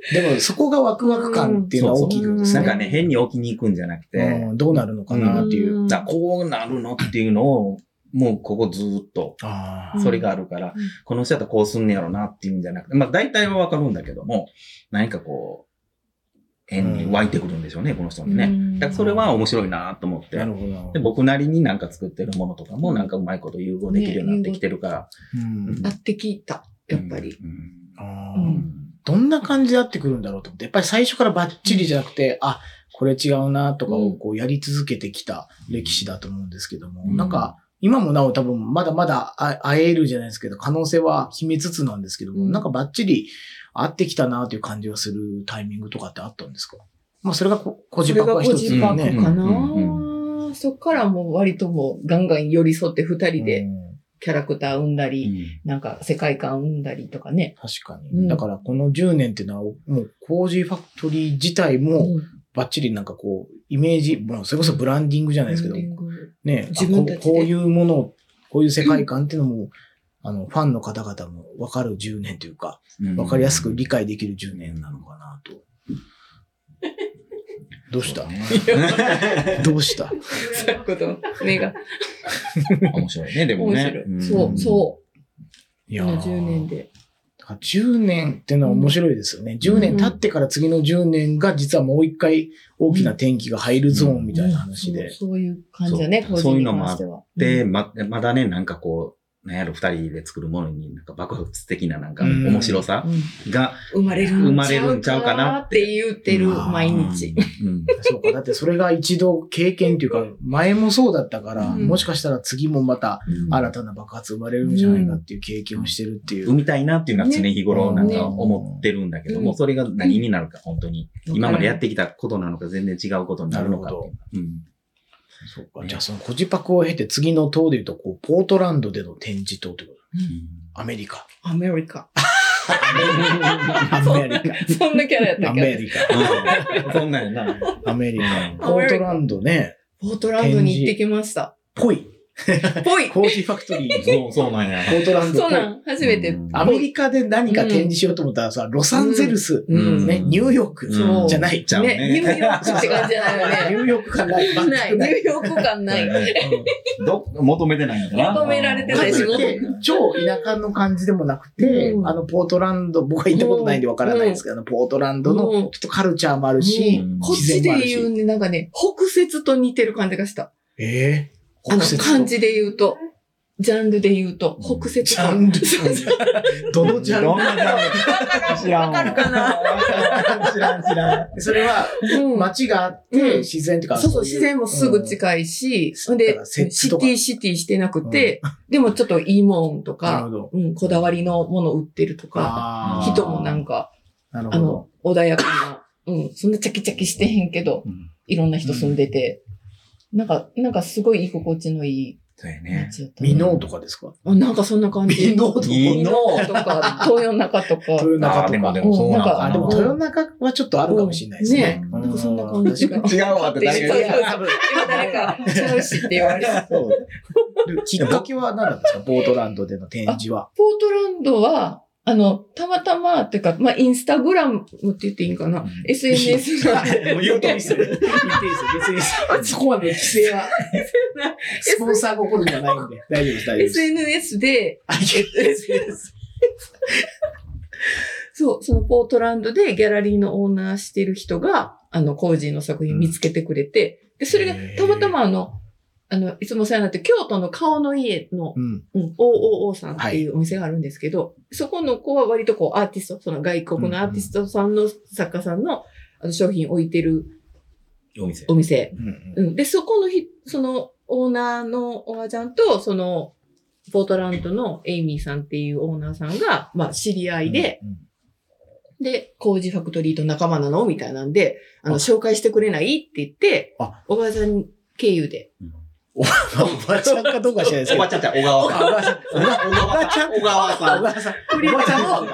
でも、そこがワクワク感っていうのは大きいことですなね。んかね、変に置きに行くんじゃなくて、うんどうなるのかなっていう。んだからこうなるのっていうのを、もうここずーっと、あうんそれがあるから、うんこの人だとこうすんねやろなっていうんじゃなくて、まあ大体はわかるんだけども、何かこう、縁湧いてくるんでしょうね、この人にうね。んだからそれは面白いなと思ってな。るほどで。僕なりになんか作ってるものとかもなんかうまいこと融合できるようになってきてるから。うんなってきた、やっぱうり。ん。あうーんどんな感じで合ってくるんだろうと思って、やっぱり最初からバッチリじゃなくて、あ、これ違うなとかをこうやり続けてきた歴史だと思うんですけども、うんなんか、今もなお多分まだまだあ会えるじゃないですけど、可能性は秘めつつなんですけども、うんなんかバッチリ合ってきたなという感じがするタイミングとかってあったんですかまあそれがこ個そ人れパッがクはご一つ自個人パッ爆クね。かな、うんそっからもう割ともうガンガン寄り添って二人うでんキャラクター生んだり、なんか世界観生んだりとかね。確かに。うんだからこの10年っていうのは、もう工事ファクトリー自体もうんバッチリなんかこう、イメージ、もうそれこそブランディングじゃないですけど、ね、自分あたちでこうこういうものを、こういう世界観っていうのも、あの、ファンの方々も分かる10年というか、うん分かりやすく理解できる10年なのかなと。ど うしたそうねどうしたそういうこと。目が。面白いね、でも面ね白い。。んそう、そう。いこの10年で。で。だから10年っていうのは面白いですよね。10年経ってから次の10年が実はもう一回大きな転機が入るゾーンみたいな話うんで。そうそういう感じだね、そう個人に関しては。で、うんま、まだね、なんかこう、なんやろ、二人で作るものに、なんか爆発的ななんかうん面白さうんが、生まれる生まれるんちゃうかなっってて言ってる、まあ毎日。うん。そうか。だってそれが一度経験というか、前もそうだったから、うんもしかしたら次もまたうん新たな爆発生まれるんじゃないかっていう経験をしてるっていう。産みたいなっていうのは常日頃なんねか思ってるんだけどうも、んそれが何になるか、本当に。今までやってきたことなのか、全然違うことになるのかっていう。うんそうか。じゃあそのコジパクを経て次の塔で言うと、こう、ポートランドでの展示塔ってことアメリカ。アメリカ。 アメリそんなキャラやったカ。っアけメリカ。うんそんなんやな。アメリカ。ポートランドね。ポートランドに行ってきました。ぽい。ぽいコーヒーファクトリー。そう、そうなんや。ポートランドそうぽ。ないん初めて。うんアメリカで何か展示しようと思ったらさ、ロサンゼルス、うんね、ニューヨークそうじゃない。ちゃうね、ニューヨね。ークって感じじゃ ないよね。ニューヨーク感ない。全 ない、くニュなーい。ヨーク感ない。ど、求めてないんだな。求められてかなといしいっもて、超田舎の感じでもなくて、うんあの、ポートランド、僕は行ったことないんでわからないですけど、あのポートランドのうんちょっとカルチャーもあるし、うんこっ自ち然もあでるし。言うね、なんかね、北節と似てる感じがした。えぇ、あの、節漢字で言うと、ジャンルで言うと、北節ジと。ャンルそうそうどのジャンルどんなジャンル知らん。わかるかな知らん、知らん。それは、うん街があって、自然とか、そうそう、自然もすぐい近いし、うんん、でだから、摂津シとかティシティしてなくて、 でもちょっといいもんとうん。なるかほ、ど。うん、こだわりのもの売ってるとか、あー人もなんか、なるあほどの。、穏やかな、うん、そんなチャキチャキしてへんけど、うんいろんな人住んでて、なんか、なんかすごい居心地のいいそうやね。街やったなミノーとかですかあなんかそんな感じ。美濃とか美濃と か、東洋中とか。豊中あとでもか。でもそうなのかあ、な。でも豊中はちょっとあるかもしれないですね。うんねうなんかそんな感じが確か違うわって誰が言うそうそう今誰 か、ちゃうしって言われる。にきっかけは何なんですかポートランドでの展示は。ポートランドは、あの、たまたま、っていうか、まあ、インスタグラムって言っていいんかな、うん ?SNS が。もう言うといいっすよ。言っていいっすよ。別に、そこまで規制は、スポンサーが起こるんじゃないんで。大丈夫です、大丈夫です。 SNS で、あ、SNS。そう、そのポートランドでギャラリーのオーナーしてる人が、あの、コージーの作品見つけてくれて、で、それがへー、たまたまあの、あの、いつもお世話になって、京都の顔の家のうん。うん、OOO さんっていうお店があるんですけど、そこの子は割とこうアーティスト、その外国のアーティストさんの作家さんのあの商品置いてるお店お。店。うんうん、で、そこのひ、そのオーナーのおばちゃんと、そのポートランドのエイミーさんっていうオーナーさんが、まあ知り合いで、、で、工事ファクトリーと仲間なのみたいなんで、あの、あ紹介してくれないって言ってあ、おばちゃん経由で。おばちゃんかどうかは知らないですけおど。ばちゃんちゃう小川さん。あ小川さん。おばちゃん。おばちゃん。おばさん。リおばちゃんも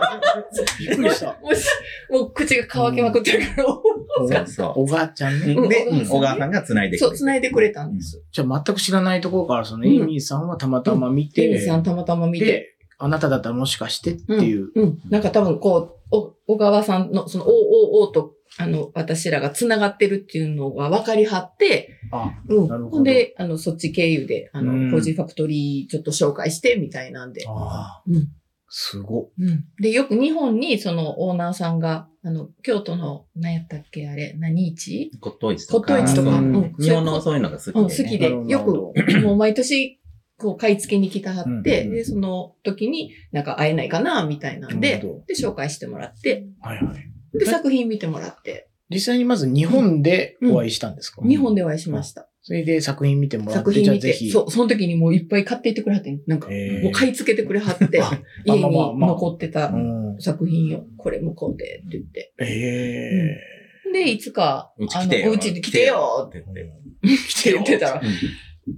びっくりした。う、もうしもう 口が乾きまくってるから、そうそおばちゃんう。ね。で、うんうん小川さんが繋いでそう、繋いで。でくれたんです。じゃあ全く知らないところから、そのうんエイミーさんはたまたま見テて、ニスさんたまたま見て。で、あなただったらもしかしてっていう。うん。なんか多分こう、お小川さんの、その、おおおと、あの、私らが繋がってるっていうのが分かりはって、あ、うん。なるほどほんで、あの、そっち経由で、あうんの、コージーファクトリーちょっと紹介して、みたいなんで。ああうん。すごっ。うん。で、よく日本にそのオーナーさんが、あの、京都の、何やったっけあれ、何市 骨董市とか。骨董市とかうんうん日本のそういうのが好きで、ね。うん、好きで、なるよほどく、もう毎年、こう、買い付けに来たはって、うんうんで、その時になんか会えないかな、みたいなんなでるほど、で、紹介してもらって、はいはい。で、作品見てもらって、実際にまず日本でお会いしたんですか、うん日本でお会いしました。それで作品見てもらっ作て、品じゃあ見ぜて、ひ。そう、その時にもういっぱい買っていってくれはってん、なんか、へーもう買い付けてくれはって、あ家にまあまあまあ残ってたうん。作品を、これ向こうで、って言って。ええで、いつか、うちあ来のてよ。お家に来てよって言うっんて。来て言ってたら、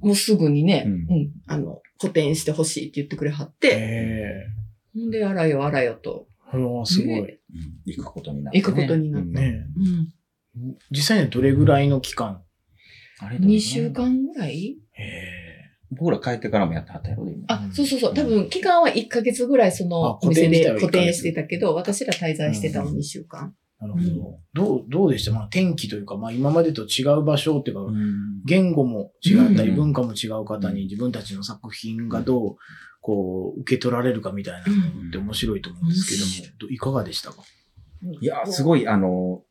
もうすぐにね、ううんん、あの、補填してほしいって言ってくれはって、えほんで、あらよあらよと、えうわすごい。うん行くことになって、行くことになってねうん、実際にはどれぐらいの期間あれだね2週。間ぐらいええ僕ら帰ってからもやってはったやろ、今。あ、そうそうそう。多分、期間は1ヶ月ぐらいそあの個お展店自体では固定してたけど、私ら滞在してたの2週間。なるほど。どう、どうでしたまあ天気というか、まあ今までと違う場所っていうか、うん言語も違ったり、うん文化も違う方に自分たちの作品がどう、こう、受け取られるかみたいなのって面白いと思うんですけども、どいかがでしたかいや、すい。ごい、あの、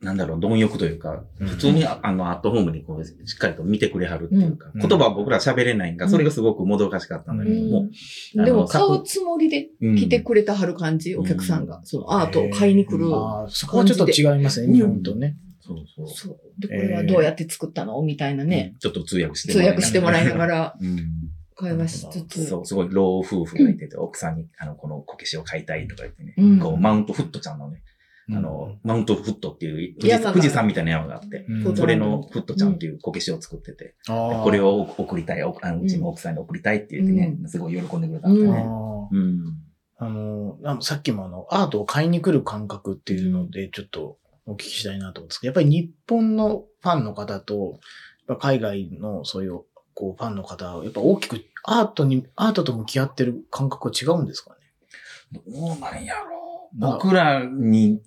なんだろう、貪欲というか、普通に、ああの、アットホームにこう、しっかりと見てくれはるっていうか、うん言葉は僕ら喋れないんが、うんそれがすごくもどかしかったんだけども、うん、あでのも、さく買うつもりでうん来てくれたはる感じ、うんお客さんが。そのアートを買いに来る。ああ、そこはちょっと違いますね、感じ日で本とね。そうそうそう。で、これはどうやって作ったのみたいなね。ちょっと通訳して通訳してもらいなら。がらうん会話しつつ。そう、すごい老夫婦がいてて、奥さんに、あの、このこけしを買いたいとか言ってね、うんこう、マウントフットちゃんのね、あの、マウントフットっていう富士山が富士山みたいな山があって、うん、こそれのフットちゃんっていうこけしを作ってて、ここれを送りたい、おあのうちの奥さんに送りたいって言ってね、すごい喜んでくれたんだあよーね。うん。あの、あのさっきもあの、アートを買いに来る感覚っていうので、ちょっとお聞きしたいなと思うんですけど、やっぱり日本のファンの方と、やっぱ海外のそういう、こう、ファンの方は、やっぱ大きくアートに、アートと向き合ってる感覚は違うんですかねどうなんやろう。なんか僕らに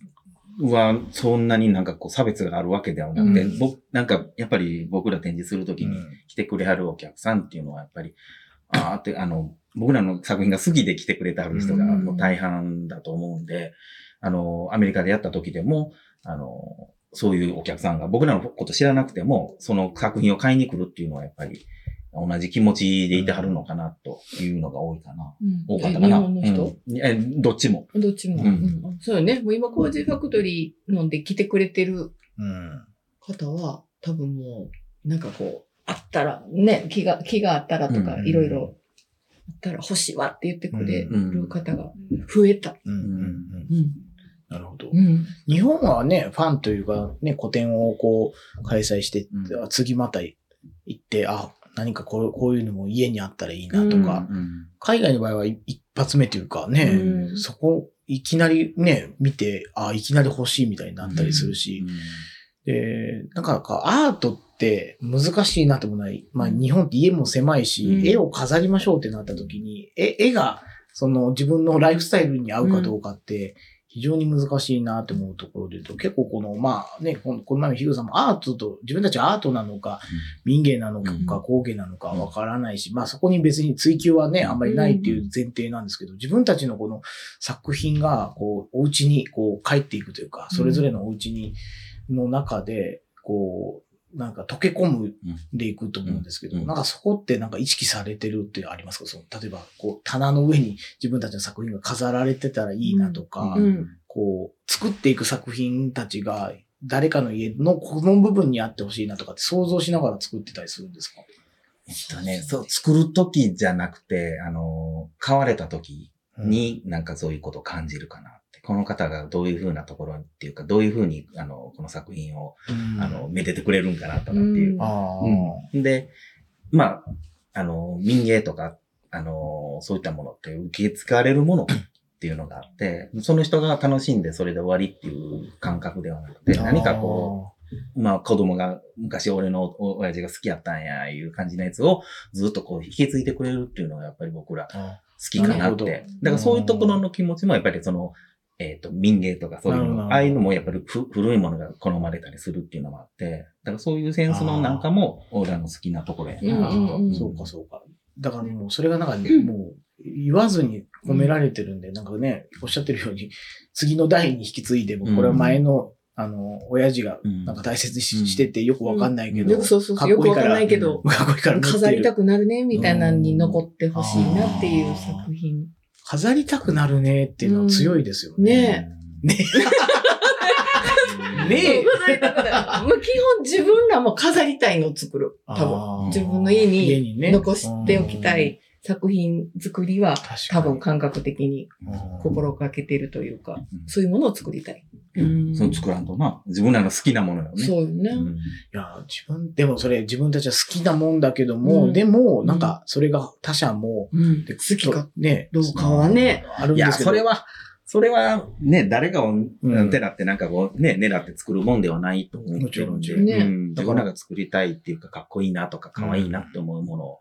はそんなになんかこう差別があるわけではなくて、うん僕、なんかやっぱり僕ら展示するときに来てくれはるお客さんっていうのはやっぱり、ああって、あの、僕らの作品が好きで来てくれてはる人がうんもう大半だと思うんで、あの、アメリカでやった時でも、あの、そういうお客さんが僕らのこと知らなくても、その作品を買いに来るっていうのはやっぱり同じ気持ちでいてはるのかなというのが多いかな。うん多かえったか日な。本の人、うんえ、どっちも。どっちうも。んうんそうよね。もう今、工事ファクトリーので来てくれてるうん。方は、多分もう、なんかこう、あったら、ね、気が、気があったらとかう、んいろいろ、あったら欲しいわって言ってくれうんる方が増えた。うん。うん。うん。うん。なるほど。うん。日本はね、ファンというか、ね、個展をこう、開催して、うん次また行って、あ、何かこうこういうのも家にあったらいいなとか、うん海外の場合はい一発目というかね、うんそこ、いきなりね、見て、あ、いきなり欲しいみたいになったりするし、で、なんかかアートって難しいなともない。まあ日本って家も狭いし、うん絵を飾りましょうってなった時に、え、絵が、その自分のライフスタイルに合うかどうかって、非常に難しいなと思うところで言うと、結構この、まあね、このこの前のヒグさんもアートと、自分たちはアートなのか、民芸なのうかん工芸なのかわからないし、まあそこに別に追求はね、あんまりないっていう前提なんですけど、自分たちのこの作品が、こう、お家にこう帰っていくというか、それぞれのお家に、の中で、こう、なんか溶け込むでいくと思うんですけど、うんなんかそこってなんか意識されてるってありますかその、例えば、こう、棚の上に自分たちの作品が飾られてたらいいなとか、うんうんこう、作っていく作品たちが、誰かの家のこの部分にあってほしいなとかって想像しながら作ってたりするんですかえっとね、そう、作る時じゃなくて、あの、買われた時になんかそういうことを感じるかなって。この方がどういうふうなところっていうか、どういうふうに、あの、この作品を、うん、あの、めでてくれるんかなとかっていう。あうんで、まあ、あの、民芸とか、あの、そういったものって受け継がれるものっていうのがあって、その人が楽しんでそれで終わりっていう感覚ではなくて、ー何かこう、まあ子供が昔俺のお親父が好きやったんや、いう感じのやつをずっとこう引き継いでくれるっていうのがやっぱり僕ら好あきかななっるほどて。だからそういうところの気持ちもやっぱりその、えっ、と、民芸とかそういうなるほどの、ああいうのもやっぱりふ古いものが好まれたりするっていうのもあって、だからそういうセンスのなんかも俺らの好きなところやーな。うんうんうんそうかそうか。だからもうそれがなんか、もう言わずに褒められてるんで、なんかね、おっしゃってるように、 次の代に引き継いでも、これは前の、あの、親父が、うんなんか大切にししててよくわかんないけうんど、よくそうそうそう、よくわかんないけど、かっこいいから持ってる飾りたくなるね、みたいなのに残ってほしいなっていう作品。飾りたくなるねっていうのは強いですよね。ねねえ。ねえ。え。飾りたくなる。もう基本自分らも飾りたいのを作る。多分。あー自分の家にね残しておきたうんい作品作りは、確か多に分感覚的にうん心がけてるというか、うんそういうものを作りたい。その作らんとな、自分らの好きなものよね。そうよね。うんいや、自分、でもそれ自分たちは好きなもんだけども、うんでも、なんか、それが他者も、うんで好きか。ね、どうかはね。あるいんでや、すけど。それは、それはね、誰がおんうん手だってなんかこうね、狙って作るもんではないと思う。もちろんもちろうんんね自分らが作りたいっていうか、かっこいいなとか、かわいいなって思うものを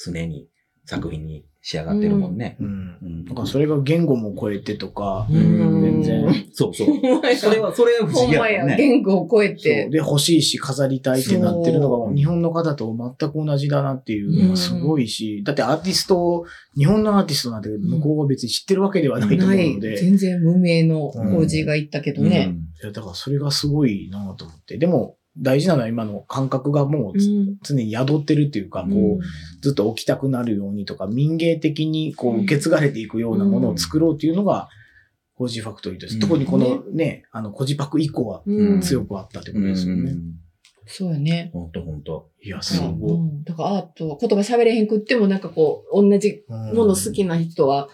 常に作品に仕上がってるもんね。うん。うんなんか、それが言語も超えてとか、うん全然。そうそう。ほんまやそれは、それは不ほ思ん議やまもや、んね。言語を超えそうて。で、欲しいし、飾りたいってなってるのそが、う日本の方と全く同じだなっていうのがすごいし、だってアーティスト、日本のアーティストなんて向こうが別に知ってるわけではないとな思うのい、で、全然無名の工事が言ったけどね。いやだからそれがすごいなと思って、でも大事なのは今の感覚がもうつうん常に宿ってるっていうか、うんこう、ずっと起きたくなるようにとか、民芸的にこう受け継がれていくようなものを作ろうっていうのが、コージーファクトリーです。うん特にこのね、あの、コジパク以降はうん強くあったってこうとん。ですよね。そうよね。ほんとほんと。いや、すごい。うもんだからアート、言葉喋れへんくってもなんかこう、同じもの好きな人は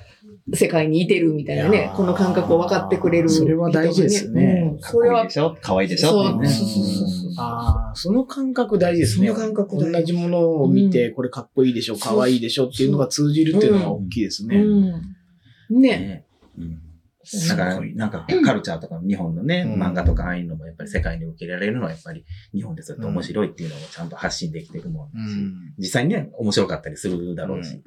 世界にいてるみたいなね、この感覚を分かってくれる人そがね。れは大事ですねう。んかっそこれいいはで、しょかわいいでしょっていうね。そうそうそうそうそうああ、その感覚大事ですね。その感覚大事同じものを見て、これかっこいいでしょ、かわいいでしょっていうのが通じるっていうのが大きいですね。うん。ね。ねうんすだごかいら、なんか、カルチャーとか、日本のね、うん漫画とか、ああいうのも、やっぱり世界に受け入れられるのは、やっぱり、日本でずっと面白いっていうのをちゃんと発信できていくもんうだし、ん実際にね、面白かったりするだろうし、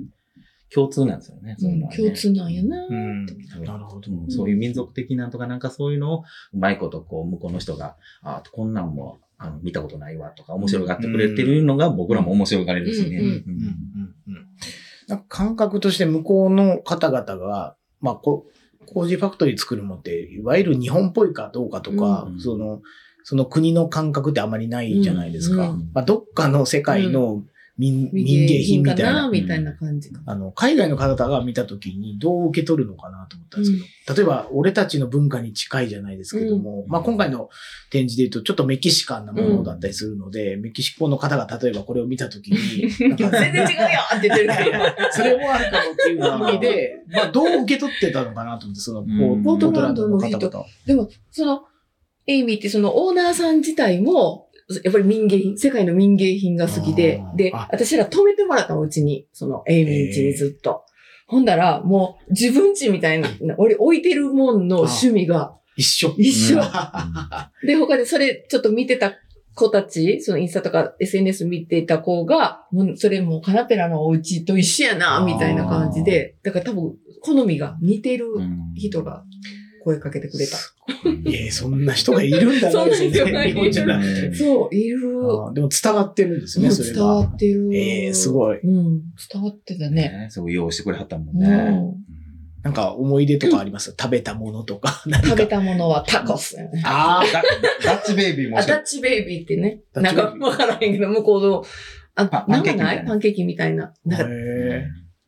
共通なんですよね、そうういうのんはね共通なんやな。うん。うんなるほど。うんそういう民族的なんとか、なんかそういうのを、うまいこと、こう、向こうの人が、ああ、こんなんも、あの、見たことないわとか、面白がってくれてるのが、僕らも面白がれるしね。ううんうんんうんうんなんか感覚として向こうの方々が、まあ、こ工事ファクトリー作るのって、いわゆる日本っぽいかどうかとか、うんその、その国の感覚ってあまりないじゃないですか。うんうんまあ、どっかの世界の民,、民芸品みたいかなな、みたいな感じか。あの、海外の方々が見たときにどう受け取るのかなと思ったんですけど、例えば俺たちの文化に近いじゃないですけども、うんまあ今回の展示で言うとちょっとメキシカンなものだったりするので、メキシコの方が例えばこれを見たときに、な ん全か然違うよって言ってるから。 それもあるかもって いう意味で、まあどう受け取ってたのかなと思って、その、こうう、んポートランドの方ポート々。でも、その、エイミーってそのオーナーさん自体も、やっぱり民芸品、世界の民芸品が好きであ、ーで、あ私ら泊めてもらったのうちに、そのエイミー家にずっと。ほんだら、もう自分家みたいな、俺置いてるもんの趣味が一緒。一緒。あで、他でそれちょっと見てた子たち、そのインスタとか SNS 見てた子が、もうそれもうカナペラのお家と一緒やな、みたいな感じで、だから多分好みが似てるうん人が声かけてくれた。うんいえ、そんな人がいるんだ な、そんな人がい日る本じゃなくて。そう、いる。あーでも伝わってるんですね、それ伝わが。ってる。ええすごいうん、伝わってたね。ね。すごい用意してくれはったもんうね。んなんか思い出とかあります食べたものと か。何食かべたものはタコス。ああ、ダダッチベイビーもあ、しダッチベイビーってね。ダッなチんベイかビーわからへんけど、向こうの、あ、パなんかパンケーキみたないいなパンケーキみたいな。なんか、へ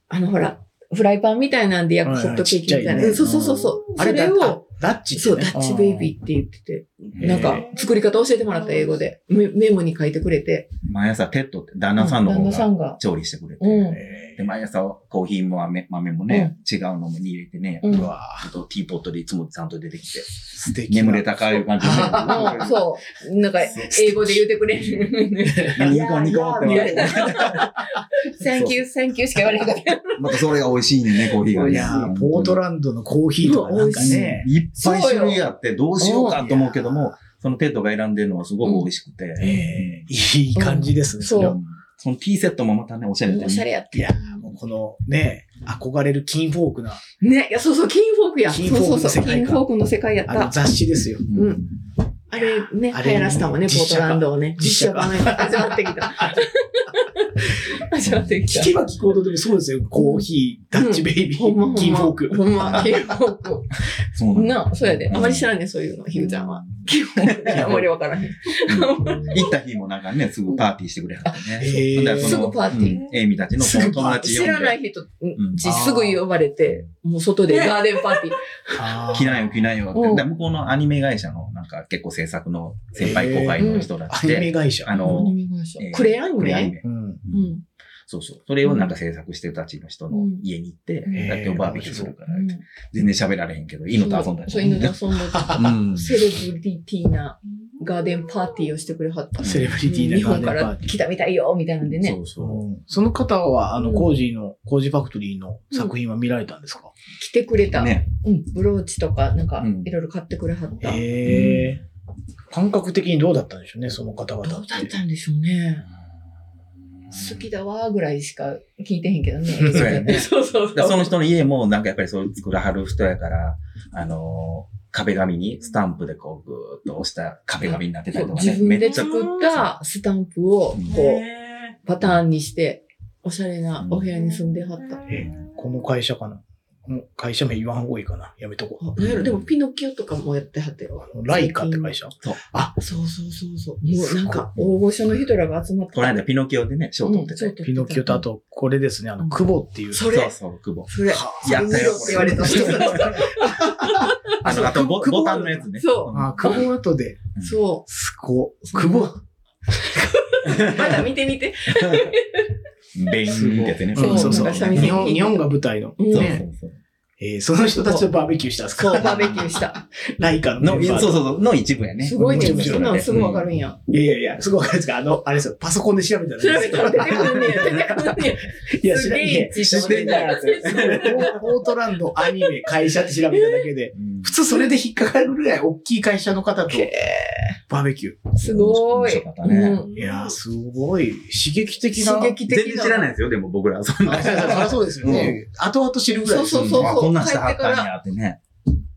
あのほら、フライパンみたいなんで焼くはいホはいットケーキみたいちっちゃいな。ねうんそうそうそうそう。あそれれだを、、ダッチってそう、ねダッチベイビーって言ってて、へーなんか、作り方教えてもらった英語で、メメモに書いてくれて、毎朝テッドって旦那さんの旦方那さがん が、調理してくれて。うんへで、毎朝コーヒーも豆豆もね、違うのもに入れてね、うーんうわあとティーポットでいつもちゃんと出てきて、素敵な。眠れたかいう感じああ、そう、なんか、英語で言ってくれる。で。ニコニコっていやいや笑って。 Thank you, thank you しか言われなかった。またそれが美味しいねんね、コーヒーがね。いやーポートランドのコーヒーとかなんかね。いっぱい種類あって、どうしようかと思うけども、そのテッドが選んでるのはすごく美味しくて。えーいい感じですね。うんそうれではもそのティーセットもまたね、おしゃれでね。おしゃれやって。いやーもうこのね、憧れる金フォークな、ね、いや、そうそう、キンフォークや。キンフォークそのうそう世そう、界かキンフォークの世界やっあのた。雑誌ですよ。うんうんあれね、あ流れ行らせたもんね、ポ実ー写ト化ランドをね。実実写写化化ね。始まってきた。始まってき聞た。けば聞くほどでもそうですよ。コーヒー、ダッチベイビほんまほんま。ー、キーフォーク。ほんま、キーフォーク。そうなんだなあ、そうやで。あまり知らんねん、そういうの、ひぐちゃ んは。キーフォーク。あまりわからへん。行った日もなんかね、すぐパーティーしてくれはったね。へーだからそのすぐパーティーうんエイミたちの友達知呼んらなで、い人んちすぐ呼ばれて、もう外でガーデンパーティー。来ないよ来ないよって。うだんから向こうのアニメ会社のなんか結構制作の先輩後輩の人たアちニで、メ会社。あの、えークレアニクレアニメメ。うん。うん。そうそう。それをなんか制作してるたちの人の家に行って、うんだってバーベキューするから、うん全然喋られへんけど、犬と遊んだり。そう、犬と遊んだうり。ん。セレブリティなガーデンパーティーをしてくれはった。セレブリテ日ィなガー本デンパかーらティ来たみたいよ、みたいなんでね。そうそう。ー。その方は、あうの、んコージーの、コージーファクトリーの作品は見られたんですか来てくれた。ね。うん。ブローチとか、なんかうん、いろいろ買ってくれはった。どへえ。感覚的にどうだったんでしょうね、その方々うだって。ったんでしょうね。好きだわーぐらいしか聞いてへんけどね。そうやね そうそうだからそ。そうの人の家もなんかやっぱりそういう作らはる人やから、あのー壁紙にスタンプでこうぐーっと押した壁紙になってたりとかね。自分めでっちゃ作ったスタンプを、こへう、パターンにして、おしゃれなお部屋に住んではった。えこの会社かなこの会社名言わん方がいいかなやめとこう。あなんやろでもピノキオとかもやってはったよ。ライカって会社そうそうそうそう。もうなんか、大御所の人らが集まって。この間ピノキオでね、賞取ってたよ。ピノキオとあと、これですね、あの、久保っていう。それそうそう、久保。 それ、やったよ、それ見ろって言われた。あの、あとボ久ボ保タンのやつね。そあ、久保後で、うんそすご。そう久保。う。まだ見てみて。ベインってやつね。うんそうそう。なんか三味線日本、日本が舞台の。うんそうね。そうえーその人たちとバーベキューしたんですそう、バかーベキューした。 ライカのそう。の、メンバそうーそうと。そう、の一部やね。すごいね。うんそんなのすぐわかるんや。いやいやいや、すごいわかるんですかあの、あれですよ、パソコンで調べたら調いいでべすたら出てくるね。出てくるね。いや、すげ調べえて。一致してんだよ ポートランドアニメ会社って調べただけで、うん。普通それで引っかかるぐらい大きい会社の方とバーベキュす面ごい。白かったねうんー。いやー、すごい刺激的な。刺激的全然知らないい。ですよ、でも僕らはそんあな。 そりゃそうですよね。後々知るぐらいですよねそうそうそうあこんなんしてはったんやってね。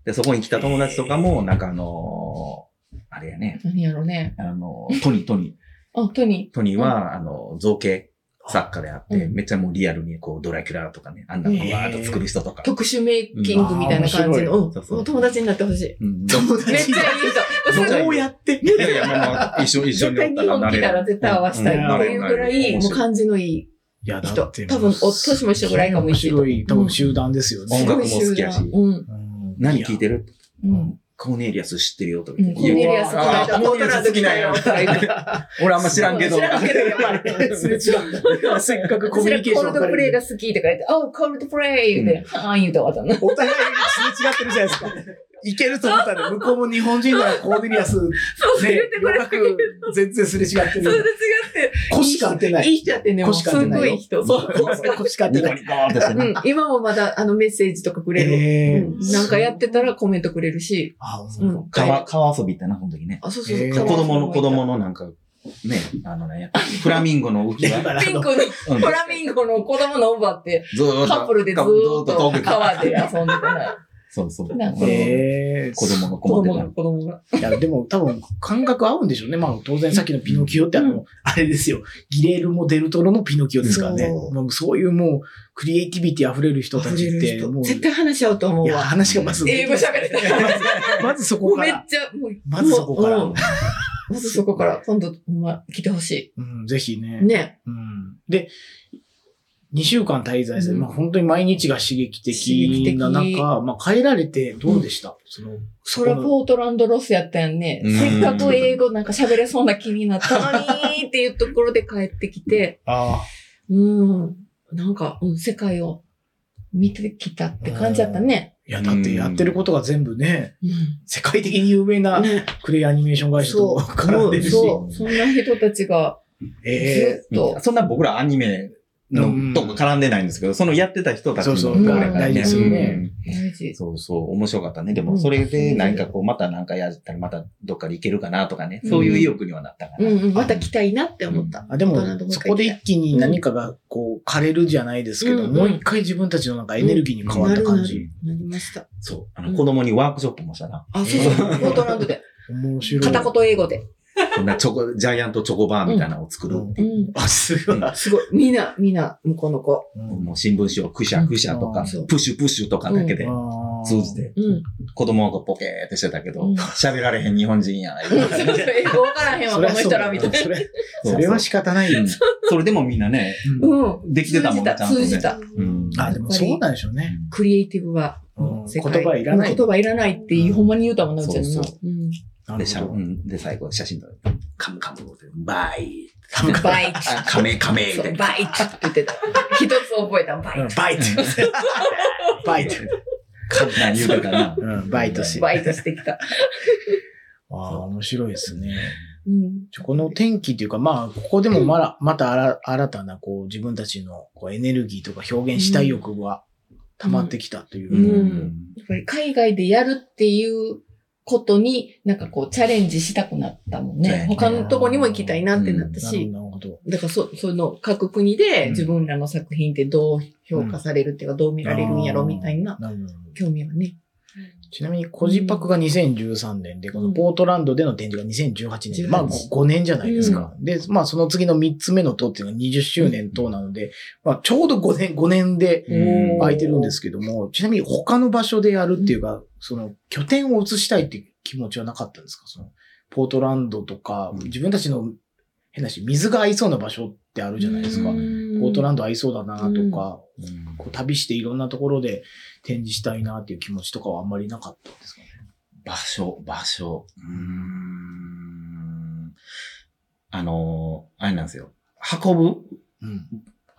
で、そこに来た友達とかも、なんかあのーあれやね、何やろね。あのートニー、トニあ、トニー。トニーは、あの、造形作家であって、うんめっちゃもうリアルにこう、ドラキュラとかね、あんなのわーっと作る人とかー。。特殊メイキングみたいな感じうんの。うんそうそうお友達になってほ しい。うん、友めっち達ゃいい人。すごいどうやっていやいや、まあまあ、一緒、一緒絶にお対ったらなれ日本来るたら絶対合わせたいっていうぐらい、うんもう感じのいい。いや、人だって。多分お年も一緒ぐらいかも面しれ白ないい、多分集団ですよ音ね。楽も好きやしすごい集団うん。うん何聞いてるうん。コーネリアス知ってるよとかう言ん、ってコーネリアス、このあ間、ーコーネリアス好きなんや。 俺あんま知らんけど。知らんけど、やっぱり。すれ違う。せっかくコこミちュらニケーシコーョンルドプレイ が。が好きとか言って、あ、コールドプレイって、はーん言うたわ たな。お互いすれ違ってるじゃないですか。いけると思ったら、向こうも日本人ならコーデリアス、ね、洋楽、全然すれ違ってそれで違る。って、腰しか合ってないい。い人やってんね、もう。腰しすか合ってないよ。ごい人。そう。腰しか合ってニコなニい。コーンってして うね。ん、今もまだ、あの、メッセージとかくれる。えうんなんかやってたらコメントくれるし。あ、う。そうん川、川遊びってな、ほんとにね。あ、そうそうえーそ子う。供の、子供のなんか、ね、あのね、フラミンゴの浮きだか輪。ら、あピンのクの、うんフラミンゴの子供のオーバーって、ずーっと。カップルでずーっず遠とくから川で遊んでたら、そうそう。なんかえー子供が子困供っが、て子供が。いや、でも多分感覚合うんでしょうね。まあ当然さっきのピノキオってあの、うあれですよ。ギレールもデルトロのピノキオですからね。そうもうそういうもう、クリエイティビティ溢れる人たち溢れるって、人もう、絶対話し合うと思いうや、わ。話がまず、英語喋れた。まずそもこうかめっら。ちゃ、もう、まずそこからもううんまずそこから、今度、ほんま、来てほしうん、ぜひね。い。ね。うん。で、2週間滞在して、うんまあ本当に毎日が刺激的な刺激的中、まあ帰られてどうでした、その、そら、ポートランドロスやったやんね。うんせっかく英語なんか喋れそうな気になったの に、っていうところで帰ってきて、あうん。なんか、うん、世界を見てきたって感じだったね。いや、だってやってることが全部ね、うん。世界的に有名なね、クレイアニメーション会社とそう、絡んでるし。そう、そんな人たちがえずっとうん、そんな僕らアニメのとも絡んでないんですけど、そのやってた人たちのそうそうとこやから大事ですよねうん大事。そうそう、面白かったね。でうも、んそれで何かこう、また何かやったら、またどっかで行けるかなとかね、そういう意欲にはなったかうな。んうん、また来たいなって思った。あで大人ともうも、一そ回行こきでたい一気に何かがこう枯れるじゃないですけど、うんもう一回自分たちのなんかエネルギーに変わった感じ。なりました。そう。あの、子供にワークショップもしたな。あ、そうそう、ポートランドで。面白い。片言英語で。こんなチョコ、ジャイアントチョコバーみたいなのを作る。うんうん。あ、すごい。すごい。みんな、みんな、向こうの子。もう新聞紙をクシャクシャとうかんそう、プシュプシュとかだけで通じ。て、うん。子供の子ポケーってしてたけうどん、喋られへん日本人や。そうそう英語わからへんわ、この人ら、みたいな。それそれは仕方ないうん それでもみんなね、うんうん。できてたもんね、ちゃんと通じね。た。うんあ、でもそうなんでしょうね。クリエイティブは、うん世言界葉いらない。言葉いらないっていう、ほんまに言うたもんな、うそうちゃんなそううん。で、しゃうんで、最後、写真撮る。カムカムって、バイ。カムカム。バイト。カメカメみそたいうな。バイトって言ってた。一つ覚えた、バイうん バイト。バイト。何言うてたな。うん、バイトト。し。バイトしてきた。ああ、面白いですね。うん。じゃあこの転機というか、まあ、ここでもまだ、また新新たな、こう、自分たちのこうエネルギーとか表現したい欲が溜まってきたという。うんやっぱり海外でやるっていうことに、なんかこうチャレンジしたくなったもんそうやねね。他のとこにも行きたいなってなったなし、るほど。だからそ、その各国うんで自分らの作品ってどう評価されるっていうか、どう見られるんやろみたいななるほど。興味はね。ちなみに、コジパクが2013年で、このポートランドでの展示が2018年で、うんまあ5年じゃないですか。で、まあその次の3つ目の塔っていうのが20周年塔なので、まあちょうど5年、5年でうん空いてるんですけども、ちなみに他の場所でやるっていうか、その拠点を移したいっていう気持ちはなかったんですかそのポートランドとか、うん自分たちの変なし、水が合いそうな場所ってあるじゃないですか。うんポートランンド合いそうだなとうか、んこう旅していろんなところで展示したいなっていう気持ちとかはあんまりなかったんですかね。場所、場所。うーん。あのー、あれなんですよ。運うん。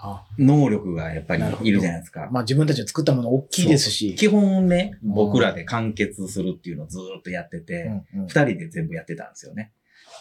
あ、ぶ能力がやっぱりなるほどいるじゃないですか。まあ自分たちの作ったもの大きいですし。基本ね、うん僕らで完結するっていうのをずーっとやってて、うんうん二人で全部やってたんですよね。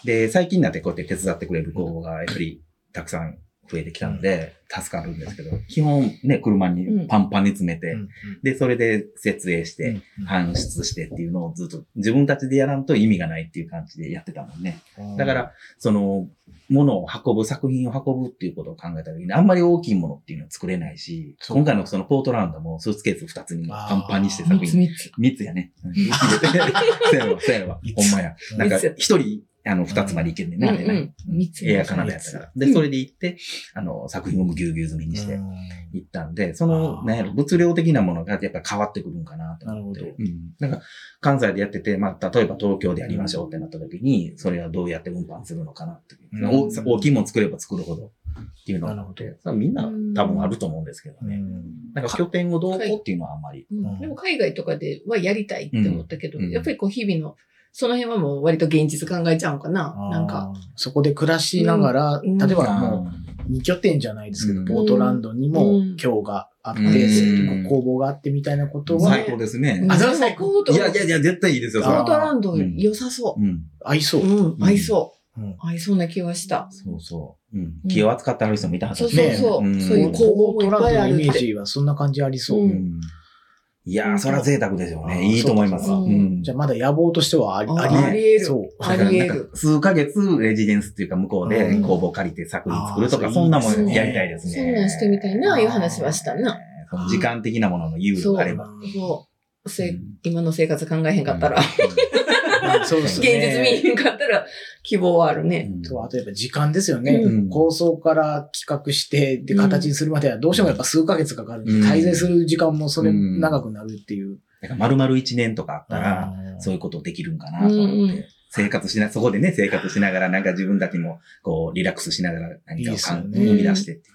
で、最近になってこうやって手伝ってくれる子がやっぱりたくさん増えてきたので、助かるんですけど、基本ね、車にパンパンに詰めて、うんうんで、それで設営して、うん搬出してっていうのをずっと自分たちでやらんと意味がないっていう感じでやってたもんね。うんだから、その、物を運ぶ、作品を運ぶっていうことを考えた時に、あんまり大きいものっていうのは作れないし、そう今回のそのポートランドもスーツケース2つにパンパンにして作三つ品。三つ。 3つやね。 うん三つ入れてそうやわ、そうやわ。ほんまや。うんなんか、一人、あの、二つまでいけるねんな、あれうんうねん。三つエアカナダやったから。で、それで行って、あの、作品をぎゅうぎゅう詰めにしてうん行ったんで、そのあ、ーなんやろ、物量的なものがやっぱ変わってくるんかなと思って。なるほうん。なんか、関西でやってて、まあ、例えば東京でやりましょうってなった時に、それはどうやって運搬するのかなっていう。うん大大きいもん作れば作るほどっていうのがあってなるそれはみんな多分あると思うんですけどうね。んなんか拠点をどうこうっていうのはあんまり。うんでも海外とかではやりたいって思ったけど、うんうんやっぱりこう日々の、その辺はもう割と現実考えちゃうんかな。なんか。あーそこで暮らしながら、うん例えばもうあー2拠点じゃないですけど、うんポートランドにもうん今日があって、うん工房があってみたいなことは最高ですね。あでそうもそうポートいやいやいや、絶対いいですよ、ポそれーは。トランド良さそう。うん。合いそう。うん、合いそうんう。合いそうな気はした。そうそう。うん。気を扱ってある人もいたはずそうだしそうねそう。んそういう工ポ房ートもいっラぱンいあドのイるメっーて。ジはそんな感じありそう。うんうんいやー、そら贅沢でしょうあーね。いいと思います。そうかうんじゃあまだ野望としてはありあーりありえるそう。だからありえなんるか数ヶ月、レジデンスっていうか、向こうでうん工房借りて作品作るとあか、ーそんなもそうんいいですねやりたいですね。そんなんしてみたいな、いう話はしたな。ねその時間的なものの優位があれば。そう。うせん今の生活考えへんかったら、まあそうです現ね。実見えへんかったら、希望はあるね。うんと、あとやっぱ時間ですよね。うん構想から企画して、で、うん形にするまではどうしてもやっぱ数ヶ月かかる。うん滞在する時間もそれ長くなるっていう。だから丸々一年とかあったら、んそういうことできるんかなと思うんっうんて。生活しな、そこでね、生活しながら、なんか自分たちも、こう、リラックスしながら何かをかんいいですよね生み出してっていう。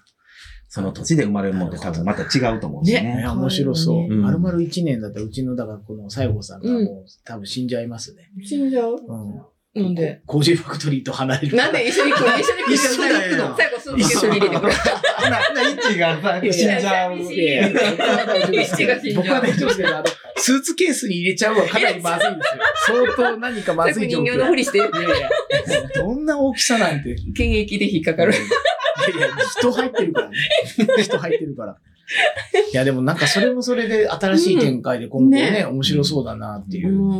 その土地で生まれるものって多分また違うと思うしいね。や、面白そう。うん丸々一年だったら、うちの、だからこの西郷さんがもう、多分死んじゃいますね。死んじゃううなんで。工事ファクトリーと離れる。なんで一緒に行くの一緒に行く一緒だよ最後最後、すぐ一緒に入れ てくる。あんな、な、イッチがさ、死んじゃう。いやいやいや僕は大丈夫です父が死んじゃう僕は大丈夫ですけど、あの、スーツケースに入れちゃうはかなりまずいですよ。相当何かま最ず後い状人形の況ふ。りして、いやいやどんな大きさなんて。現役で引っかかる。いやいや、人入ってるからね。人入ってるから。いや、でもなんかそれもそれで新しい展開で今後ね、うんね面白そうだなっていうう。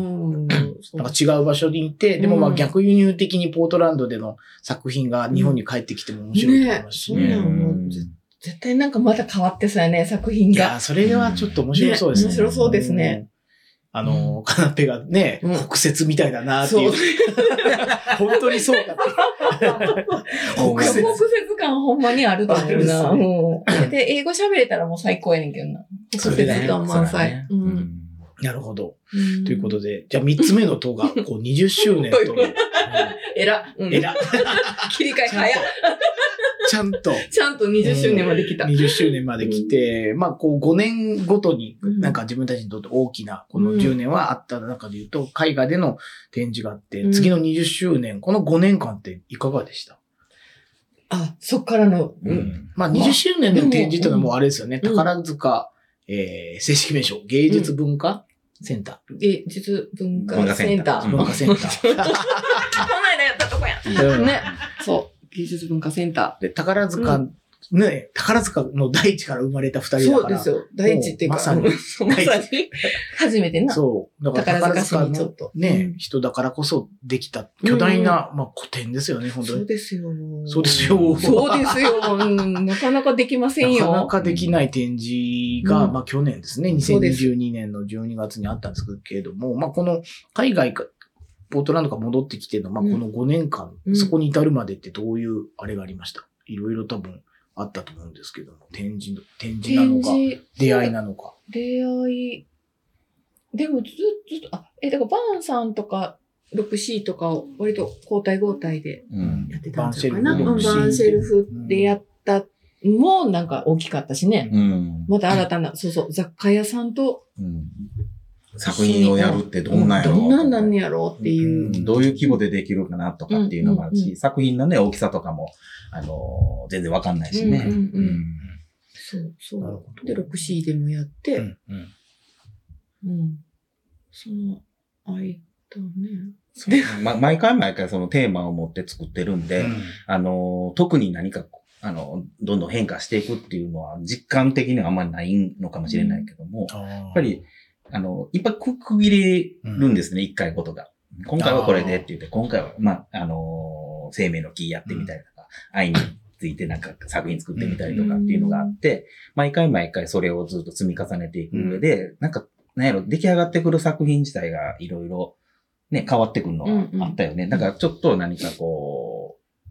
ん。なんか違う場所にいて、でもまうあん逆輸入的にポートランドでの作品が日本に帰ってきても面白いと思いますしねね。えうん絶対なんかまた変わってそうやね、作品いがや、。それはちょっと面白そうですね。ね面白そうですねうん。あの、カナペがね、うん北節みたいだなっていう。そ 本当にそうだって。北節。節感ほんまにあると思うな。あるっすねうんで、英語喋れたらもう最高やねんけどな。北節感満そうだね載。うんなるほど。うんということで、じゃあ3つ目の党が、こう20周年という。えら。ううんんえら。切り替えちゃん早とっ。ちゃんと。ちゃんと20周年まで来た。 20周年まで来て、まあ、こう、5年ごとに、うんなんか自分たちにとって大きな、このうん10年はあった中で言うと、絵画での展示があってう、ん次の20周年、この5年間っていかがでしたあ、そっからの。うんうんまあ、20周年の展示っていうのはもうあれですよね、うん宝塚、えー、正式名称、芸術文化センタ芸術文文化化セセンンタター。うー。ん文化セ ンタこー。の間やったとこや。うんね。そう。芸術文化センタで、宝塚、うね、宝塚の大地から生まれた2ー。人だそうかでら。すよ。第一っていうか。まさにうん そうまさに。初めてな。そう。だから宝宝塚塚市にちょっのとね、うん人だからこそできた巨大な、まあ古典ですよね、本当そうに。ですよ。そうですよそうですよ。うんなかなかできませんなかなよ。かできない展示が、うんまあ去年ですね、そうです2022年の12月にあったんですけれども、まあこの海外か、ポートランドから戻ってきての、まあうこんの5年間、うんそこに至るまでってどういうあれがありましたいろいろ多分あったと思うんですけども、展示の、展示なの展か、示。出会いなのか。出会い。でもずっと、ずっと、あ、え、だからバーンさんとか、6C とかを割と交代交代でうんやってたんちゃうかな。バうーンんシェルバフーンシェルフでやったのもなんか大きかったしね。うんまた新たな、そうそう、雑貨屋さんと、うん作品をやるってどんなんやろどんなんなんねやろうっていう。うんどういう規模でできるかなとかっていうのもあるうんうんうし、作品のね、大きさとかも、あのー、全然わかんないしね。うんうんうんうんそうそなるほう。どで、6C でもやって、うん。うんその間ね。そうま毎回毎回そのテーマを持って作ってるんで、あのー、特に何か、あの、どんどん変化していくっていうのは、実感的にはあんまりないのかもしれないけども、やっやぱ、り、あの、いっぱい区切れるんですね、一、回ごとが。今回はこれでって言って、今回は、まあ、あのー生命の木やってみたりとか、愛についてなんか作品作ってみたりとかっていうのがあって、毎回毎回それをずっと積み重ねていく上で、なんか、なんやろ、出来上がってくる作品自体がいろいろ、ね、変わってくるのはあったよね。だからちょっと何かこう、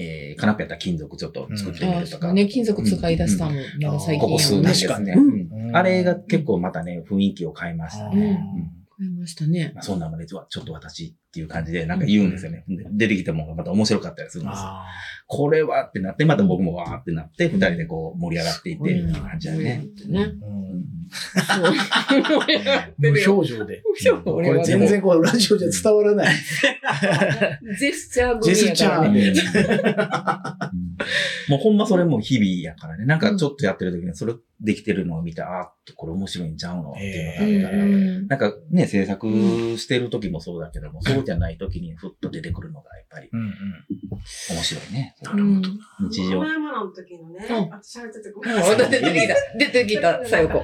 えー、カナペやったら金属ちょっと作ってみあるとか。そうね、金属使い出したの、まだ最ここ近や数も年んですね。ね。確かうにんあれが結構またね、雰囲気を変えましたあね。ーうん買いましたね。まあ、そんなので、ちょちょっと私っていう感じでなんか言うんですよね。で出てきたものがまた面白かったりするんですよ。あこれはってなって、また僕もわーってなって、二人でこう盛り上がっていって、みたいな感じだよね。ね。ーうんそう。無表情で。こ俺れは全然こうラジオじゃ伝わらない。ジェスチャージ組ェスやチかャらーね。で。うん もうほんまそれも日々やからね。なんかちょっとやってる時にそれできてるのを見て、あーこれ面白いんちゃうのっていうのがあるから。うんなんかね、制作してる時もそうだけども、そうじゃない時にふっと出てくるのがやっぱりうんうん面白いね。うん日常甘いものの時のね、うんあ私喋っててごめんなもさうい。 出てきた、出てきた、さよこ。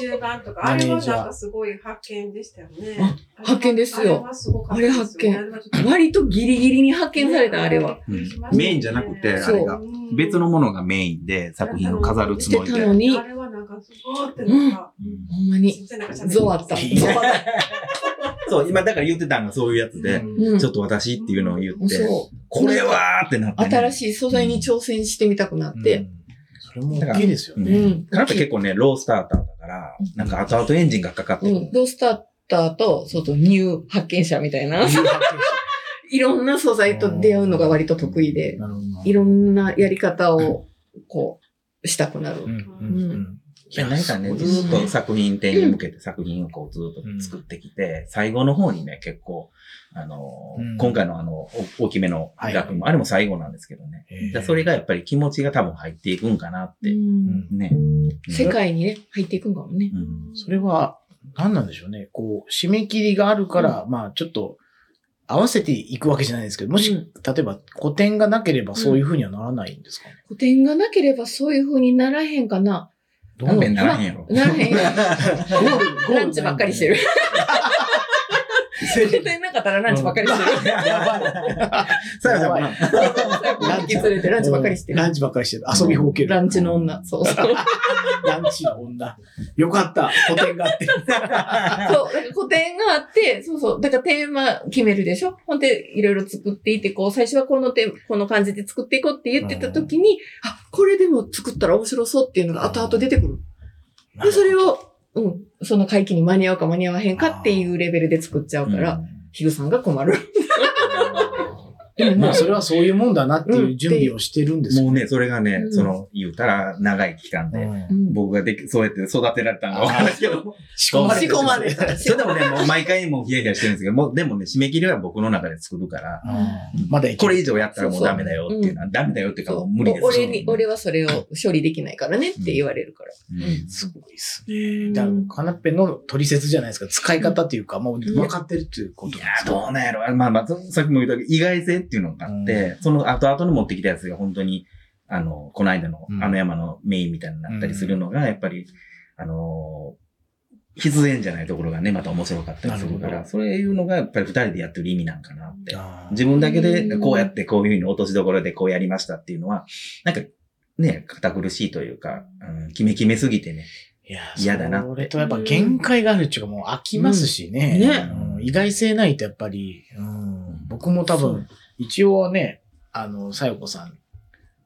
中盤とか、あれはなんかすごい発見でしたよね。あ発見ですよあれはすごかったですあれよね。割とギリギリに発見された、あれは。うんメインじゃなくて、あそうれが、別のものがメインで作品を飾るつもりしてたでの。にあれはなんかすごいってなんか、ほんまに、すいませんゾワった。いいゾワった。そう、今だから言ってたのがそういうやつで、うんちょっと私っていうのを言って、そこれはーってなっう。てね。新しい素材に挑戦してみたくなっうて。んそれも大きいですよううだね。ん。カナペ結構ね、ロースターターだから、なんか後々エンジンがかかってうくん。る。ドスターターと、そうそう、ニュー発見者みたいな。 いろんな素材と出会うのが割と得意で、なるほどないろんなやり方を、こう、したくなるうん。うんうんいや、なんかね、そうずですーっと作品展に向けて作品をこうずーっと作ってきて、最後の方にね、結構、あのーうん今回のあの、お大きめの楽も、あれも最後なんですけどね。へーだからそれがやっぱり気持ちが多分入っていくんかなっうて。んね。世界にね、入っていくんかもね。うんそれは、何なんでしょうね。こう、締め切りがあるから、まあ、ちょっと、合わせていくわけじゃないですけど、もし、うん例えば、古典がなければそういうふうにはならないんですかね。古典がなければそういう風にならへんかな。どなんでならへんやろ。ならへんよ。ゴールゴールランチばっかりしてる。出てなかったらランチばっかりしてる。 や ばい。さやさんやばいは、ランチ連れてランチばっかりしてる。ランチばっかりしてる。遊びほうける。ランチの女。そうそう。ランチの女。よかった。古典があ って。そう、なんか個展があって、そうそう、だからテーマ決めるでしょほんで、いろいろ作っていって、こう、最初はこのテーマ、この感じで作っていこうって言ってた時に、あ、これでも作ったら面白そうっていうのが後々出てくる。で、それを、うん、その会期に間に合うか間に合わへんかっていうレベルで作っちゃうから、ヒグさんが困る。 でもまあ、それはそういうもんだなっていう準備をしてるんですもようね、それがね、うんその、言うたら長い期間で、うん僕ができ、そうやって育てられたのがわかるんですけど、仕込まれて仕る込まれた。それでもね、もう毎回もうヒヤヒヤしてるんですけど、もう、でもね、締め切りは僕の中で作るから、うんまだいけこれる。以上やったらもうダメだよっていうのは、ダメだよっていうかもう無理です。お俺に、俺はそれを処理できないからねって言われるから。うんすごいっす。ねだからカナッペの取説じゃないですか。使い方っていうか、もう分かってるっていうこといなんやですー、かどうなんやろ。まあまあ、そさっきも言ったけど、意外性っていうのがあって、その後々に持ってきたやつが本当に、あの、この間のうんあの山のメインみたいになったりするのが、やっぱり、あのー必然じゃないところがね、また面白かったりするかなるほら、どそういうのがやっぱり二人でやってる意味なんかなって。あー自分だけでうんこうやってこういうふうに落としどころでこうやりましたっていうのは、なんかね、堅苦しいというか、うん、キメキメすぎてね。いや、嫌だなってそれとやっぱ限界があるっていうか、もう飽きますしね。うんねうん意外性ないとやっぱり、うん、僕も多分、一応ね、あの、さよこさん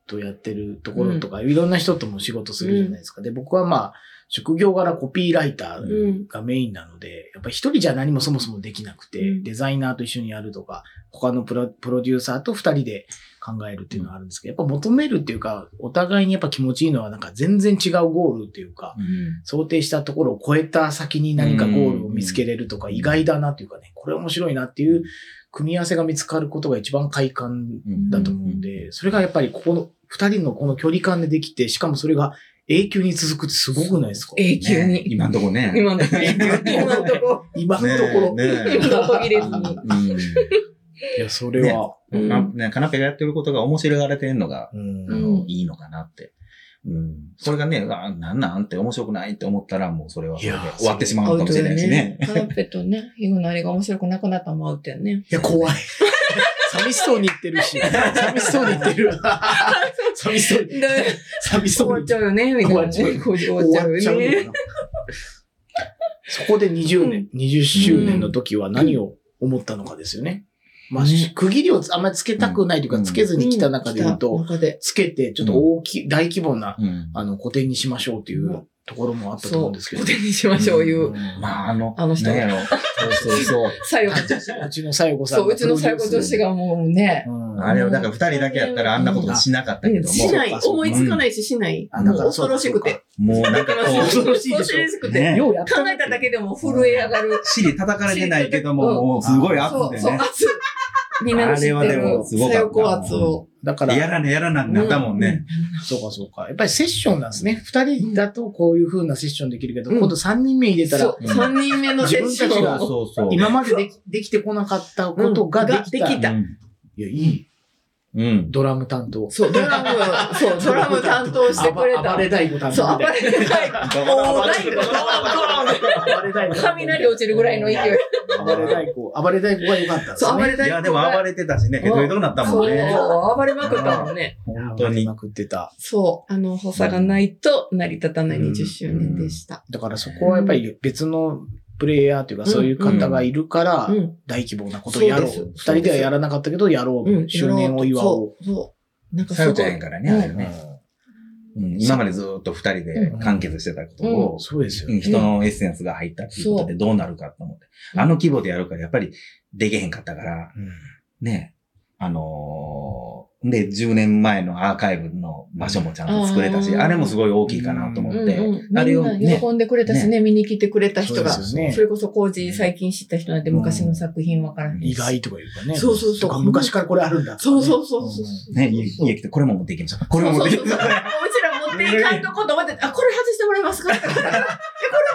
とやってるところとか、いろんな人とも仕事するじゃないですか。で、僕はまあ、職業柄コピーライターうん。がメインなので、やっぱり一人じゃ何もそもそもできなくて、うんデザイナーと一緒にやるとか、他のプロプロデューサーと二人で考えるっていうのはあるんですけど、やっぱ求めるっていうか、お互いにやっぱ気持ちいいのはなんか全然違うゴールっていうか、想定したところを超えた先に何かゴールを見つけれるとかうん意外だなというかね、これ面白いなっていう組み合わせが見つかることが一番快感うんだと思うんで、それがやっぱりここの二人のこの距離感でできて、しかもそれが永久に続くってすごくないですか永久ねに。今んとこね。 今のとこ、今のとこ、今のねところ。ね今の途切れずに。うんいや、それは、うんまあね、カナペがやってることが面白がられてんのが、うんあの、いいのかなって。うん。それがね、あなんなんって面白くないって思ったら、もうそれはそれでいや終わってしまうのかもしれないしね。アウトやねカーペットね、ヒグのあれが面白くなくなったのもアウトやね。いや、怖い。 寂しそうに言ってるし、寂しそうに言っ てる。寂しそうに、寂終しそうわっに言っちてゃうよね、みたいなね。終わっちゃうよね。のかな。そこで20年、20周年の時は何を思ったのかですよね。まあ、ね区切りをあんまりつけたくないといううか、んつけずに来た中で言ううんと、来た中でつけてちょっと大き、大規模な、うんあの、古典にしましょうというところもあったそと思うんう、ですけ古ど。典にしましょう、いう。まあ、あの、あの人なんやろ。そうそう そう。最後の女子が。うちのさよこさんそがう、うちの最後女子がもうね、うんあれを、だから二人だけやったらあんなことしなかったけども、しない、そうかそうか思いつかないししない。あだからそ恐うかろしくて。もうなんかこう、恐ろしいでしょ恐ろしくねて。ようやった考えただけでも震え上がる。尻叩かれてないけども、うんもうすごい圧そう、でそう、ね。圧。みんなの知ってあれはでもる、すごかった左横圧を。だから、やらねやらなんなったもんね。そうかそうか。やっぱりセッションなんですね。二人だとこういう風なセッションできるけど、うん今度三人目入れたらそ、う、3人目のセッシ自分ョたンちがを。そうそう。今までできできてこなかったことができうた。んができたいや、いうい。ん。うん。ドラム担当。そう、ドラム、そう、ドラム担当してくれあばた暴。れ太鼓担当。そう、暴れてない。もう、大工がドランドラン暴れ太鼓。雷落ちるぐらいの 勢い。暴れ太鼓。暴れ太鼓が良かったんですそう、暴ね。れたいや、でも暴れてたしね、ヘトヘトになったもんね。そう、暴れまくったもんね。本暴当れに。まくってた。そう、あの、補佐がないと成り立たない20周年でした。だからそこはやっぱり別のプレイヤーというかそういう方がいるからう、ん。大規模なことをやろう。そう二です人ではやらなかったけど、やろうん。う。周年を祝おう。そう。そう。なんかさすよごちゃんいや。からね、あれうね。んうん今までずっと二人で完結してたことを、そうですようね。ん人のエッセンスが入ったっていうことでどうなるかと思って。あの規模でやるから、やっぱりできへんかったから、ね。あのーで、10年前のアーカイブの場所もちゃんと作れたし、あーあれもすごい大きいかなと思うっんて。うん。あれをみんなね喜、んでくれたしね、見に来てくれた人が。そうですよねそれこそ、コージ最近知った人なんて昔の作品わからへんし。意外とかいうかね。そうそうそうとか昔からこれあるんだとかそうね、そうそうそう。ね、家家来て、これも持っていきましょう。これも持っていきましょう。そうそうそううちら持っていかんとこと思って、あ、これ外してもらえますかって言ったから。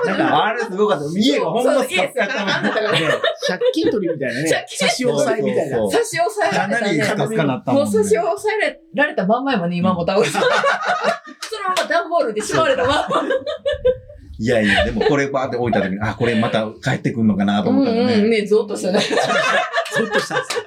なんかあれすごかった。家がほんまスカスカやったもんそうそうね借金取りみたいなね借。差し押さえみたいな。そうそう差し押さえかられなたりね。スカスカなったももんうね。差し押さえられ たまんまやもんね、今も倒れた。そのまま段ボールでしまわれたまんま。いやいや、でもこれバーって置いた時に、あ、これまた帰ってくんのかなとう思っんたらうん、ね、ね、ゾッとしたね。ゾッとしたんですよ。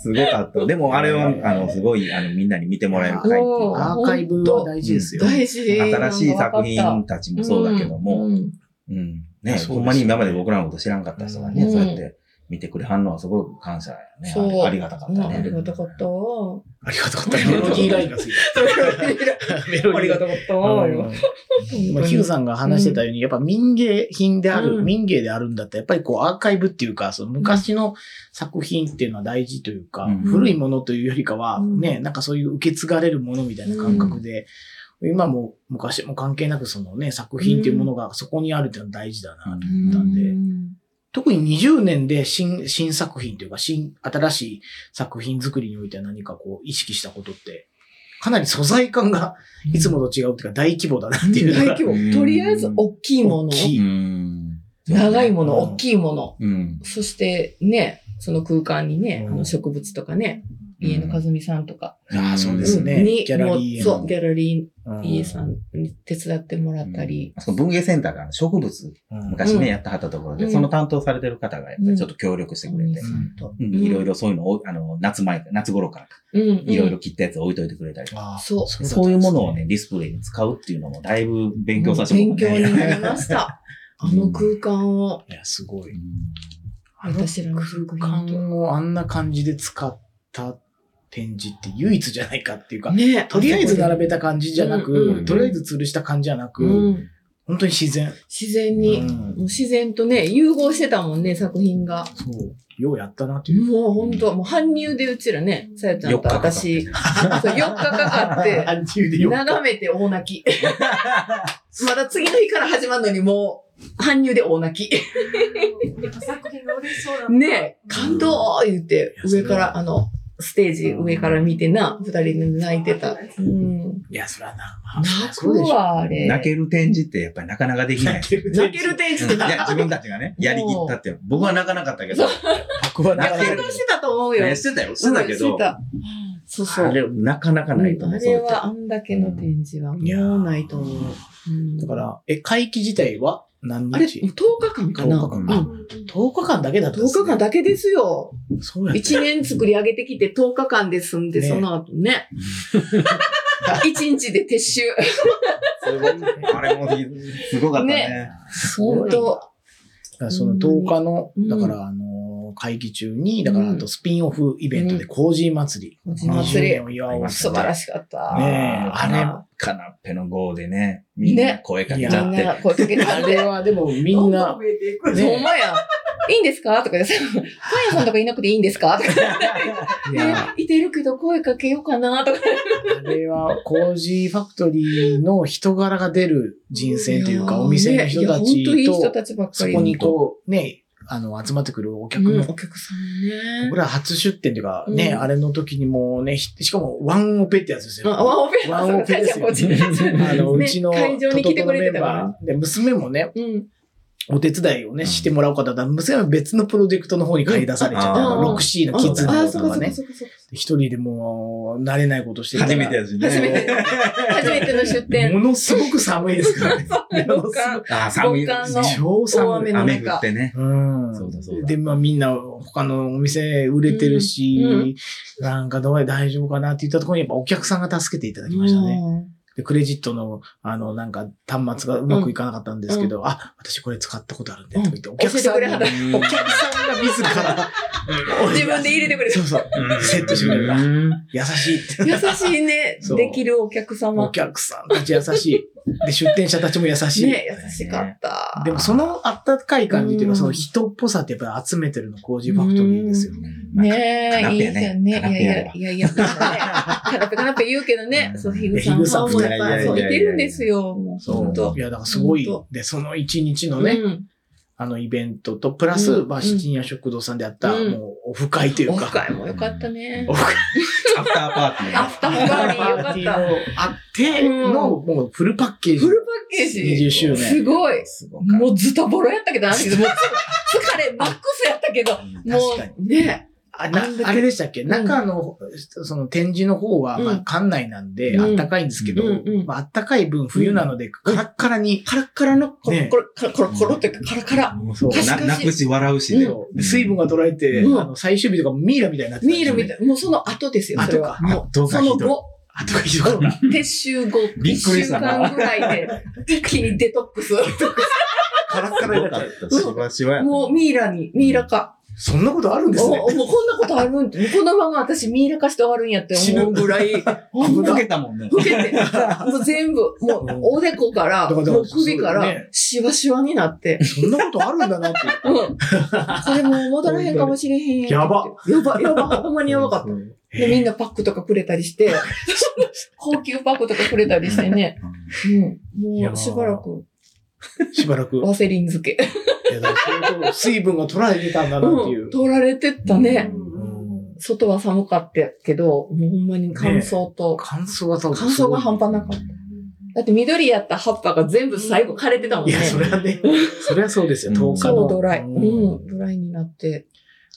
すごかった。でもあれは、あの、すごい、あの、みんなに見てもらえる回っていうか、アーカイブは大事ですよ。大事新しい作品たちもそうだけども、うんうんうん。ね、そうですねほんまに今まで僕らのこと知らんかった人がね、うんそうやって見てくれはんのはすごく感謝やね。そうありありがたかったうんありね。がたかったわ。ありがとうございます。メロディーラインがつい た。メロディーライン。ありがとたかったわ よ。まあ、ヒューさんが話してたように、やっぱ民芸品である、うん民芸であるんだったら、やっぱりこうアーカイブっていうか、その昔の作品っていうのは大事というか、うん古いものというよりかは、うんね、なんかそういう受け継がれるものみたいな感覚で、今も昔も関係なくそのね、作品っていうものがそこにあるっていうのは大事だな。うんなんで特に20年で新、新作品というか、新、新しい作品作りにおいては何かこう意識したことって、かなり素材感がいつもと違うっていうか大規模だなっていうの大が。規模。とりあえず、大きいもの大。きうん。長いもの、うん大きいもの。うん。そして、ね、その空間にね、うんあの植物とかね、家の和美さんとか。ああ、そうですね。うんにギャラリーへものうそう、ギャラリうー、ん家さんに手伝ってもらったり。あそこ文芸センターが植物、うん昔ね、うんやったはったところで、うんその担当されてる方がやっぱりちょっと協力してくれてお兄、さんと。うんいろいろそういうのを、あの、夏前、夏頃からかうん。うんいろいろ。切ったやつを置いといてくれたりとか、ああそうそういうものをねね、ディスプレイに使うっていうのもだいぶ勉強させて勉もら強っにたね。なりました。あの空間を、いや、すごい。私らの空空間間をあんな感じで使った展示って唯一じゃないかっていうを。か、ね、とりあえず並べた感じじゃなうんうく、んとりあえず吊るした感じじゃなく、うん。本当に自然。自然に、うんもう自然とね、融合してたもんね、作品が。そう。ようやったなという。もう本当、もう搬入でうちらね、さやちゃ4ん日とかかって私、ね。そう4日かかって、あ自由でよかっ眺めて大泣き。 まだ次の日から始まるのにもう、搬入で大泣き。やっぱ作品が嬉しそうだっ たねえ、感動言って、上から、あの、ステージ上から見てな、二人で泣いてた。うん。た。いや、そらな。まあ泣そくうでしょ。わ、あれ。泣ける展示ってやっぱりなかなかできない。泣け る泣ける天使っていや、自分たち がね、やりきったっていう。僕は泣かなかったけど。僕は泣け感る動してたと思うよ。ねしてたよ、してたけうんどして。たそうそう。あれ、なかなかないとうん思あう。そうれいう時はあんだけの展示はもうないと思う。うんだから、え、会期自体は何日あれ、10日間かな。 10間日かあうんうん10日間だけだったんで10す日ね間だけですよ。そうやった1年作り上げてきて10日間で済んで、ねその後ね。1日で撤収。あれもすごかったね。本当。だからその10日のうん、だからあのー、会議中に、だかうらんあとスピンオフイベントで、コージー祭り。コージー祭り20年を祝おう。素晴らしかった。ねえああれれ、カナッペの号でね、みんな声かいけやちみゃんっなて。声かけたあんれで。はでもみどんん どな、ん増えていく。ねほんまや。いいんですかとか言って、パン屋さんとかいなくていいんですかとかい言やっ、て、いてるけど声かけようかなとか。あれはコージーファクトリーの人柄が出る人選といういか、やお店の人たいや本当いいち人と、たちばっかそり。こにこう、ね、あの、集まってくるお客うんのお客さんね僕。ら初出店というかね、うんあれの時にもうね、ひしかもワンオペってやつですあよ。ワンオペワンオペですよこっちにあの、うねちの、会場に来てくれてたからねトトトのメンバーで、娘もね、うん。お手伝いをうね、んしてもらおうかと思ったら、娘は別のプロジェクトの方に借り出されちゃったうんの。6C のキッズあのあ、方そとこかそこね。そこそこ。一人でもう、慣れないことしてるから初めてやしね。初めて。初めての出店。 ものすごく寒いですからね。ものすかあー、寒い。極寒のごく超大寒雨い。の雨中降ってね。うん。そうだそうだで、まあみんな他のお店売れてるし、うんうんなんかどうや大丈夫かなって言ったところにやっぱお客さんが助けていただきましたね。で、クレジットのあのなんか端末がうまくいかなかったんですけど、あ、私これ使ったことあるんで、とか言って、お客さん教えてくれはったにお客さんが自ら、うん自分で入れてくれそる。うそう、セットしてくれる。あ優しいって。優しいねそ。うできるお客お様。客さんたち優しい。で、出店者たちも優しい。ね、優しかった。でもそのあったかい感じといううか、んその人っぽさってやっぱり集めてるの、工事ファクトリーですよね。ねカナえ、いいペやじねゃんね。いカナやペいややれば、いやいや、カナペカナペ言うけどね、そう、ヒグさんはもうやいっやぱ、いやいやいやそう、いてるんですよ。もう、そうほんとい。や、だからすごい本。で、その一日のうね、ん。あのイベントと、プラス、うんまあ、シチニア食堂さんであった、うんもう、オフ会といオうフか、会もよかったねオ。フアフターパーティー。アフターパーティーよかった。あっての、もう、フルパッケージ。フルパッケージ。 20周す年。ごい。すごかったもうズタボロやったけど、あの時もう疲れマックスやったけど、も確かに。うね、あなあんだけあれでしたっけん中の、その展示の方は、うんまあ、館内なんで、うんあったかいんですけど、うんうんまあ、あったかい分、冬なので、カラッカラに、カラッカラの、コロねコロ、カラコロコロっていうか、カラカラ。もうそうな確かに泣くし、笑うしね。そうで水分が取られて、うんあの最終日とかミイラみたいになってたんでミすールよねみたいな、もうその後ですよ、それは。も後う、かその後。あとがひど かった。撤収後、びっくり1週したな間ぐらいで、一気にデトックス。カラッカラになっちゃった。しばしばやったもうミイラに、ミイラ化。う。そんなことあるんですね。おもうこんなことあるんこのまま私ミイラ化して終わるんやって思うぐ らい、ほんふまけたもんね。老けて、もう全部、もうおでこから、だからもう首かそうだよらね、シワシワになって、そんなことあるんだなって。うん。これもう戻らへんかもしれへんってやば。やば、やば、ほんまにやばかった。うんで、みんなパックとかくれたり して、高級パックとかくれたりしてね。うん。いやもーうしばらく、しばらく。ワセリン漬け。。。いやだからそういうこと水分が取られてたんだなっていううん取られてったね。うん外は寒かったけど、もうほんまに乾燥と、乾燥が多分乾燥が半端なかった。だって緑やった葉っぱが全部最後枯れてたもんいね。や、それはね、それはそうですよ、うん10日その。う、ドライ。ううんん、ドライになって。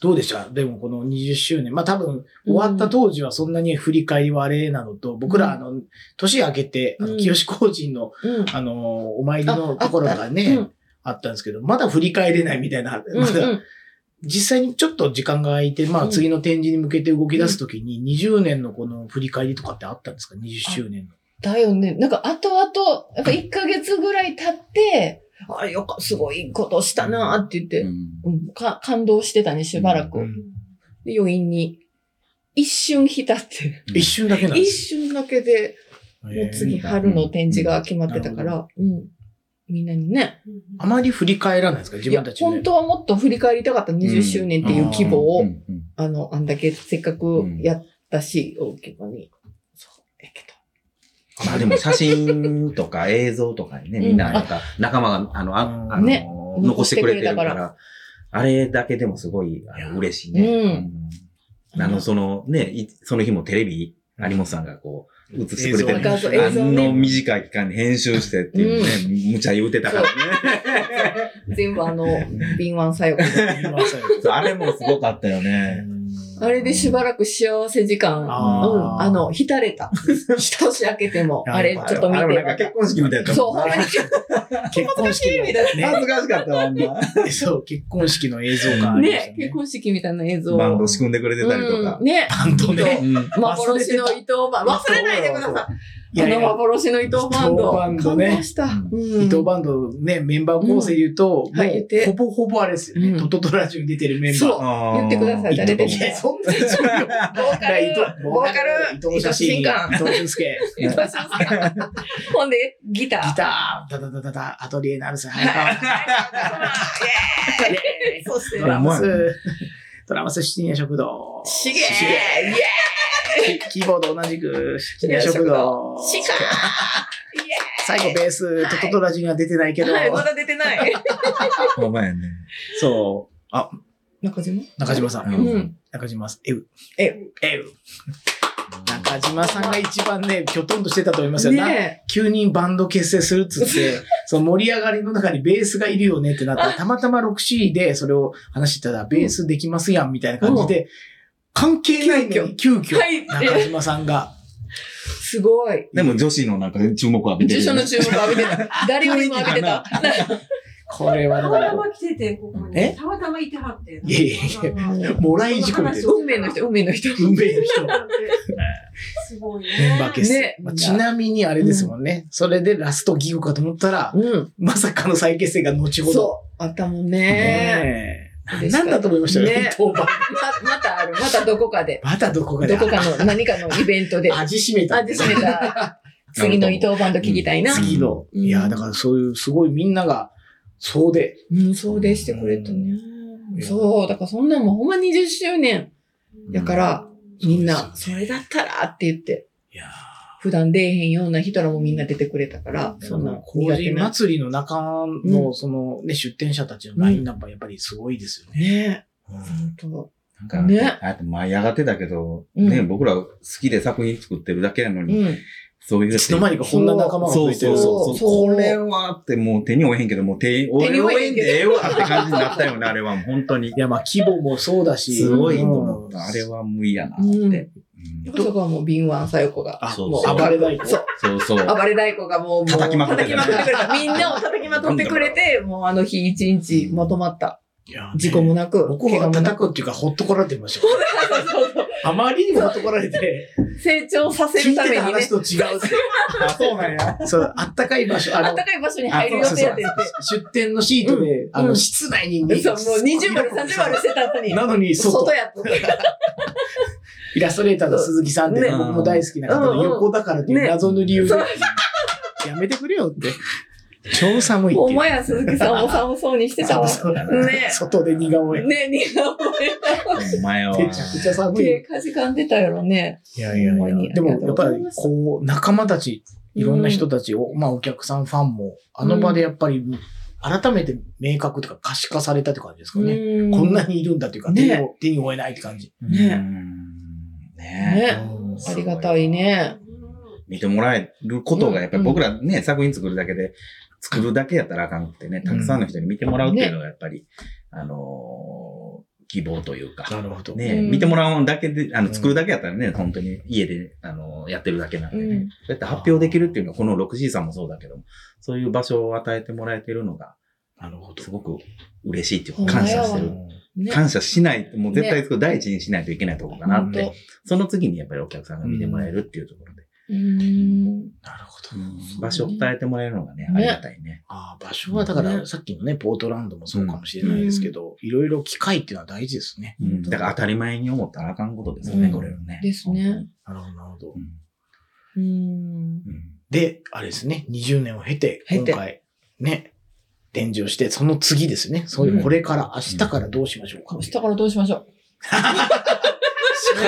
どうでしたでもこの20周年。まあ多分、終わった当時はそんなに振り返りはあれなのと、僕らあの、年明けて、あのうん清志工人の、うん。あの、お参りのところがうねん、あったんですけど、まだ振り返れないみたいな、うんまだ実際にちょっと時間が空いて、まあうん次の展示に向けて動き出すときに、20年のこの振り返りとかってあったんですか ?20 周年の。だよね。なんか、後々、やっぱ1ヶ月ぐらい経って、あ、よか、すごいことしたなーって言って、うん、か、感動してたね、しばらく。うんで余韻に。一瞬浸って。一瞬だけなんで一す瞬だけで、ももう次春の展示が決まってたから、うん。みんなにね。あまり振り返らないですか自いや分た、ち本で。当はもっと振り返りたかった20周年っていう規模うを、んうんあの、あんだけせっかくやったし、大規模に。そう、ええけど。まあでも写真と か映像とかにね、みんななんか仲間が、あの、あうんあのね残してくれてるか、残してくれたからあれだけでもすごいあの嬉しいね。うんうんあの、そのね、いその日もテレビ、有本さんがこう、映してくれて映ね像画像あ映像のね。短い期間に編集してっていうね、無茶言うてたからね。全部あの、敏腕作用。言わされてあれもすごかったよね。あれでしばらく幸せ時間、うん、あーあの、浸れた。年明け ても、あれちょっと見あれもなんかて。結婚式みたいだったそう、もんほんまに結婚式の、恥ずかしかったわ、あんな。ね、そう、結婚式の映像がありましたねね、。結婚式みたいな映像。バンド仕組んでくれてたりとかうん。ね、バンドね。うん 幻の伊藤バンド。忘れないでくださいい。あやいやの幻の伊藤バンド。伊藤バンドね感動した。伊伊藤バンドね、メンバー構成言うと、うんはい言ってほぼほぼあれですよね、うんトトトラジオに出てるメンバー。そうあー言ってください誰でもいや、そんなにそボうよ。ーカル、ボーカル、伊藤写真、伊伊藤新藤俊介、伊藤俊 介ほんで、ギター。ギター、ダダダダダ、アトリエナルス、早川、そしてドラムほんまやス、ドラムス深夜食堂、しげーシイエゲーキキーボード同じく深夜食堂、ーしかーイエ最後ベース、トトトラジオには出てないけどー、はい、まだ出てない。ほんまやね。そう、中島中島さん。うんうん。中島さん、えう。えう。えう。中島さんが一番ね、きょとんとしてたと思いますよ。なね急にバンド結成するっつって、 その盛り上がりの中にベースがいるよねってな って、たまたま 6C でそれを話してたら、ベースできますやんみたいな感じで、関係ないのに急遽、はい中島さんが、すごい。でも女子のなんか注目を浴びて受るよ賞ね。の注目浴びてた。誰よりも浴びてた。これ はだたかまらた、ま来てて、ここに。えたまたまいてはって。いやいやいもらい事故みたいな。運命の人、運命の人。運命の人。す ごいね。メンバー結成、ねまあちなみにあれですもんね。それでラストギグかと思ったら、うん。まさかの再結成が後ほど。そう。あったもんね。ねえ。嬉しかっなたんだと思いましたよ、ね伊藤版。ま、またある。またどこかで。またどこかでどこかの、何かのイベントで。味しめた。味しめた。次の伊藤バンド聞きたいな。次の。うんいや、だからそういう、すごいみんなが、そうで。うん、そうでしてくれたね。そう。だからそんなんもうほんま20周年。だから、みんな、それだったらって言って。いや普段出えへんような人らもみんな出てくれたから、そそんなの、苦工手事な。祭りの中うの、そのね、出店者たちのラインナップはやっぱりすごいですよね。ねうんえ。本当。なんか、ね、ああやって舞い上がってたけど、うんね、僕ら好きで作品作ってるだけやのうに、ん。そういうやいつつの間にかこんな仲間がそ増うえてそうる。そうそうこれはってもう手に負えへんけど、もう手、負えへんけど俺負えんでええわって感じになったよね、あれはもう本当にい。や、まあ、規模もそうだし。すごいとう思んった。あれは無理やなって。うんそこはもう敏腕さよこが。あ、そうもう暴れないと。そう。そうそう。暴れ太鼓がもう、もう叩きまくって叩たきまくってくれた。みんなを叩きまくってくれて、もうあの日一日まとまった。いや事故もなく、僕もがな叩く。くっていうか、ほっとこられてました。あまりにもほっとこられて、成長させ聞るいたてめたにね話。と違う。 あ、そうなんや。そう、あったかい場所、ああっのた、かい場所にあ入る予定やってそうそうそう出店のシートで、あうの、ん室内にて。そう、もう20丸、30丸してたのに。なのに、外外、やった。イラストレーターの鈴木さんって、ね僕も大好きな方で、横だからっていう謎の理由でそう、やめてくれよって。超寒いっておいう。前や鈴木さんも寒そうにしてたそうわ。そうね外で似顔絵。ね、似顔お前は。めちゃくちゃ寒い。絵。手かじかんでたやろね。いやいやほいんまやに。でも、ありがとやっうごぱざりいます、こう、仲間たち、いろんな人たちを、まあ、お客さん、ファンも、あの場でやっぱり、改めて明確というか可視化されたって感じですかね。ねこんなにいるんだというか、ね手に手に負えないって感じ。うんねねねうんありがたいね。見てもらえることが、やっぱうりん僕らね、作品作るだけで、作るだけやったらあかんくてね、たくさんの人に見てもらうっていうのが、やっぱり、あのー、希望というなか。るほど。ねうん見てもらうだけで、あうの、ん作るだけやったらね、本当に家で、あのー、やってるだけなんでうんね。そうやって発表できるっていうのは、この 6G さんもそうだけども、そういう場所を与えてもらえてるのが、なるほどす。ごく嬉しいっていほうんか、まや感謝わしすてるる。ね感謝しない、もう絶対そこ第一にしないといけないところかな本っ当て、その次にやっぱりお客さんが見てもらえるっていうところで、うん。なるほど。場所を伝えてもらえるのがね、ねありがたいね。ああ、場所はだから、ねさっきのね、ポートランドもそうかもしれないですけど、いろいろ機会っていうのは大事ですね。うんだから当たり前に思ったらあかんことですよね、うんこれはね。ですね。なるほど、なるほどう。ん。うん。うんで、あれですね、20年を経て、経今て回、ね、展示をして、その次ですね。そういうう、んこれから、明日からどうしましょうか。明日からどうしましょう。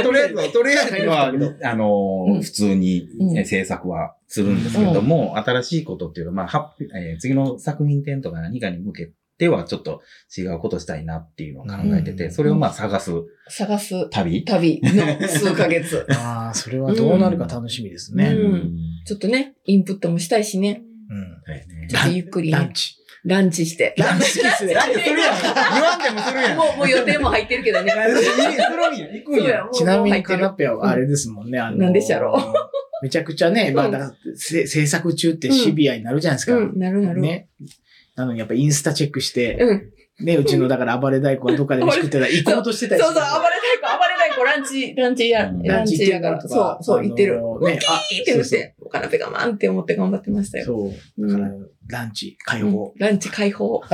とりあえず、とりあえずは、あのうんー、普通にうねん制作はするんですけども、新しいことっていうのは、まあはっ、えー次の作品展とか何かに向けては、ちょっと違うことしたいなっていうのを考えてうて、んそれをまあ探す探す旅。旅の数ヶ 月。ああ、それはどうなるか楽しみですね。うんちちょっとね、インプットもしたいしね。うん。ょっとねちょっとゆっくりラねン、チ。ランチして。ランチ好きですね。何するやん言わんでもするやんもう、もう予定も入ってるけどね。行くんや。ちなみにカなナペアはあれですもんね。あのなんでしやろ めちゃくちゃね、まあ、だからせ制作中ってシビアになるじゃないですか。うん、なるなる。ね。なのにやっぱインスタチェックして、うん。ね、うちのだから暴れ太鼓はどっかで飯食ってたら行こうとしてたそうり そう、して暴れ太鼓、暴れ太鼓、ランチ、ランチや、うんランチやから。ランチ行ってるそう、そう、行ってるあ。のねあいいって言って、お金ペガマンって思って頑張ってましたよ。そう。だから、ランチ解放うん。ランチ解放。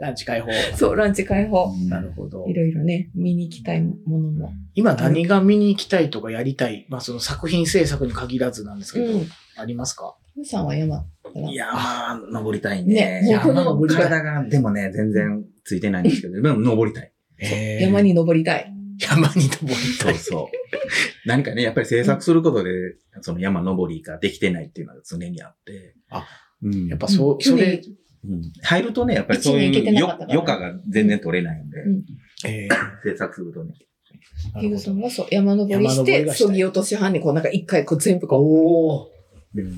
ランチ解放。そう、ランチ解放。うんなるほどい。ろいろね、見に行きたいものも。今何が見に行きたいとかやりたい、まあその作品制作に限らずなんですうけど、ん。ありますかふさんは山かないや、まあ、登りたいねね。もうこ山の登りたい体が、でもね、全然ついてないんですけど、でも登りたい。山。に登りたい。 山に登りそう そう。何かね、やっぱり制作することで、その山登りができてないっていうのが常にあって。あ、うん。やっぱそうう、んそれ、うん入るとね、やっぱりそう一年行けていうなよかったから余暇が全然取れないんで、うんえ制作するとね。ーなヒるグほさどんはそう、山登り山し登りて、がしたいそぎ落とし班にこう、なんか一回こう全部こおーう、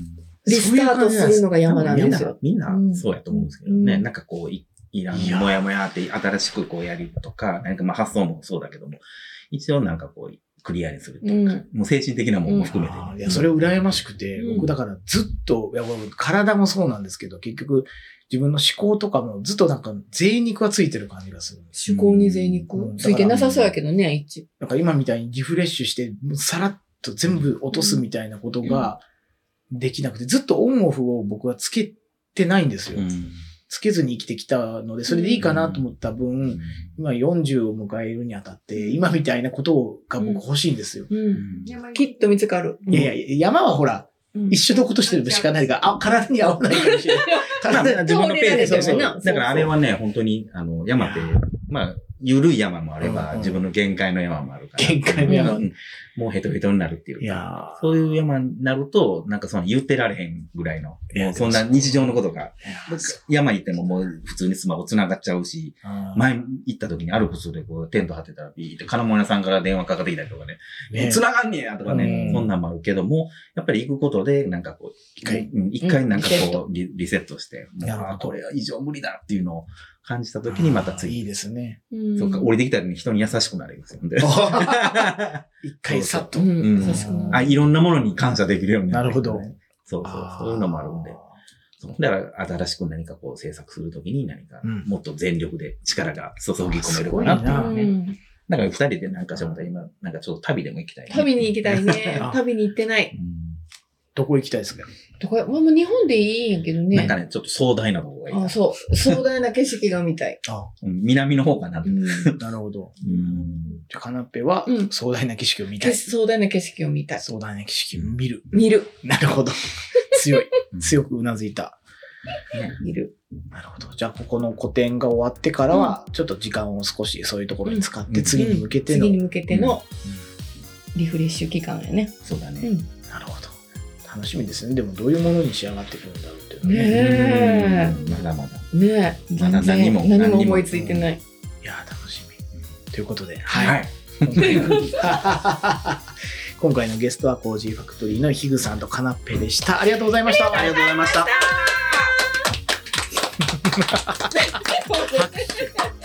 リスタートするのが山なんですよ。みんな、うみんんなそうやと思うんですけどね。うんなんかこう、いいらんいや、もやもやって新しくこうやるとか、なんかまあ発想もそうだけども、一応なんかこう、クリアにするっていうか、うもう精神的なものも含めてあーいね。や、それ羨ましくて、うん僕だからずっと、いや僕体もそうなんですけど、結局自分の思考とかもずっとなんか贅肉がついてる感じがする。趣向に贅う肉んついてなさそうやけどね、一。なんか今みたいにリフレッシュして、さらっと全部落とすみたいなことができなくて、ずっとオンオフを僕はつけてないんですよ。つけずに生きてきたので、それでいいかなと思った分、うん今40を迎えるにあたって、今みたいなことをが僕欲しいんですよ。うん。きっと見つかる。いやいや、山はほら、うん、一緒のことしてるしかないから、あ、体に合わない かもしれない。まあ体自分のペースでそうそうだからあれはね、本当に、あの、山って、まあ、緩い山もあれば、うんうん自分の限界の山もあるから。限界の山うんもうヘトヘトになるっていうかいやそういう山になると、なんかその言ってられへんぐらいの、いやもうそんな日常のことが、ー山行ってももう普通にスマホ繋がっちゃうし、前行った時にアルプスでこうテント張ってたらビーって金物屋さんから電話かかってきたりとかね、ね繋がんねえやとかね、うんそんなんもあるけども、やっぱり行くことで、なんかこう、一回、うん一回なんかこうリリセットして、もうなるほどあこれは異常無理だっていうのを感じた時にま たい次、いですね。うんそうか、降りてきた時に人に優しくなりますよね。一回さっと。うんうん優しくなる あ、いろんなものに感謝できるようになる、なるほど。そうそう、そういうのもあるんで。そうだから、新しく何かこう制作するときに何かうん、もっと全力で力が注ぎ込めれすごばいななっていうね。うんだから二人でなんかちょっと今、なんかちょっと旅でも行きたい、ね。旅に行きたいねあ。旅に行ってない。うどこ行きたいですかとか、まあ、もう日本でいいんやけどん。なんねか。ね、ちょっと壮大な方がいいなあそう。壮大な景色が見た い。うん南の方かな。ううんん。なるほど。じゃあ、カナッペはうん壮大な景色を見た景い。色壮大な景色を見たい。壮大な景色を見る。見る。なるほど。強い。うん強くうなずいた。見る。なるほど。じゃあ、ここの個展が終わってからは、ちょっと時間を少しそういうところに使っうて、ん次に向けての。次にな向けてのリフレッシュ期間やね。そうだね。うん。るほど。楽しみですね。でも、どういうものに仕上がってくるんだろうっていうのはね。ねうんまだまだ。え。ねえ。まだ何も全然何何もにも思いついてない。いやー、楽しみ。ということで、ははい。い。今回の今回のゲストは、コージーファクトリーのヒグさんとカナッペでした。ありがとうございました。ありがとうございました。あー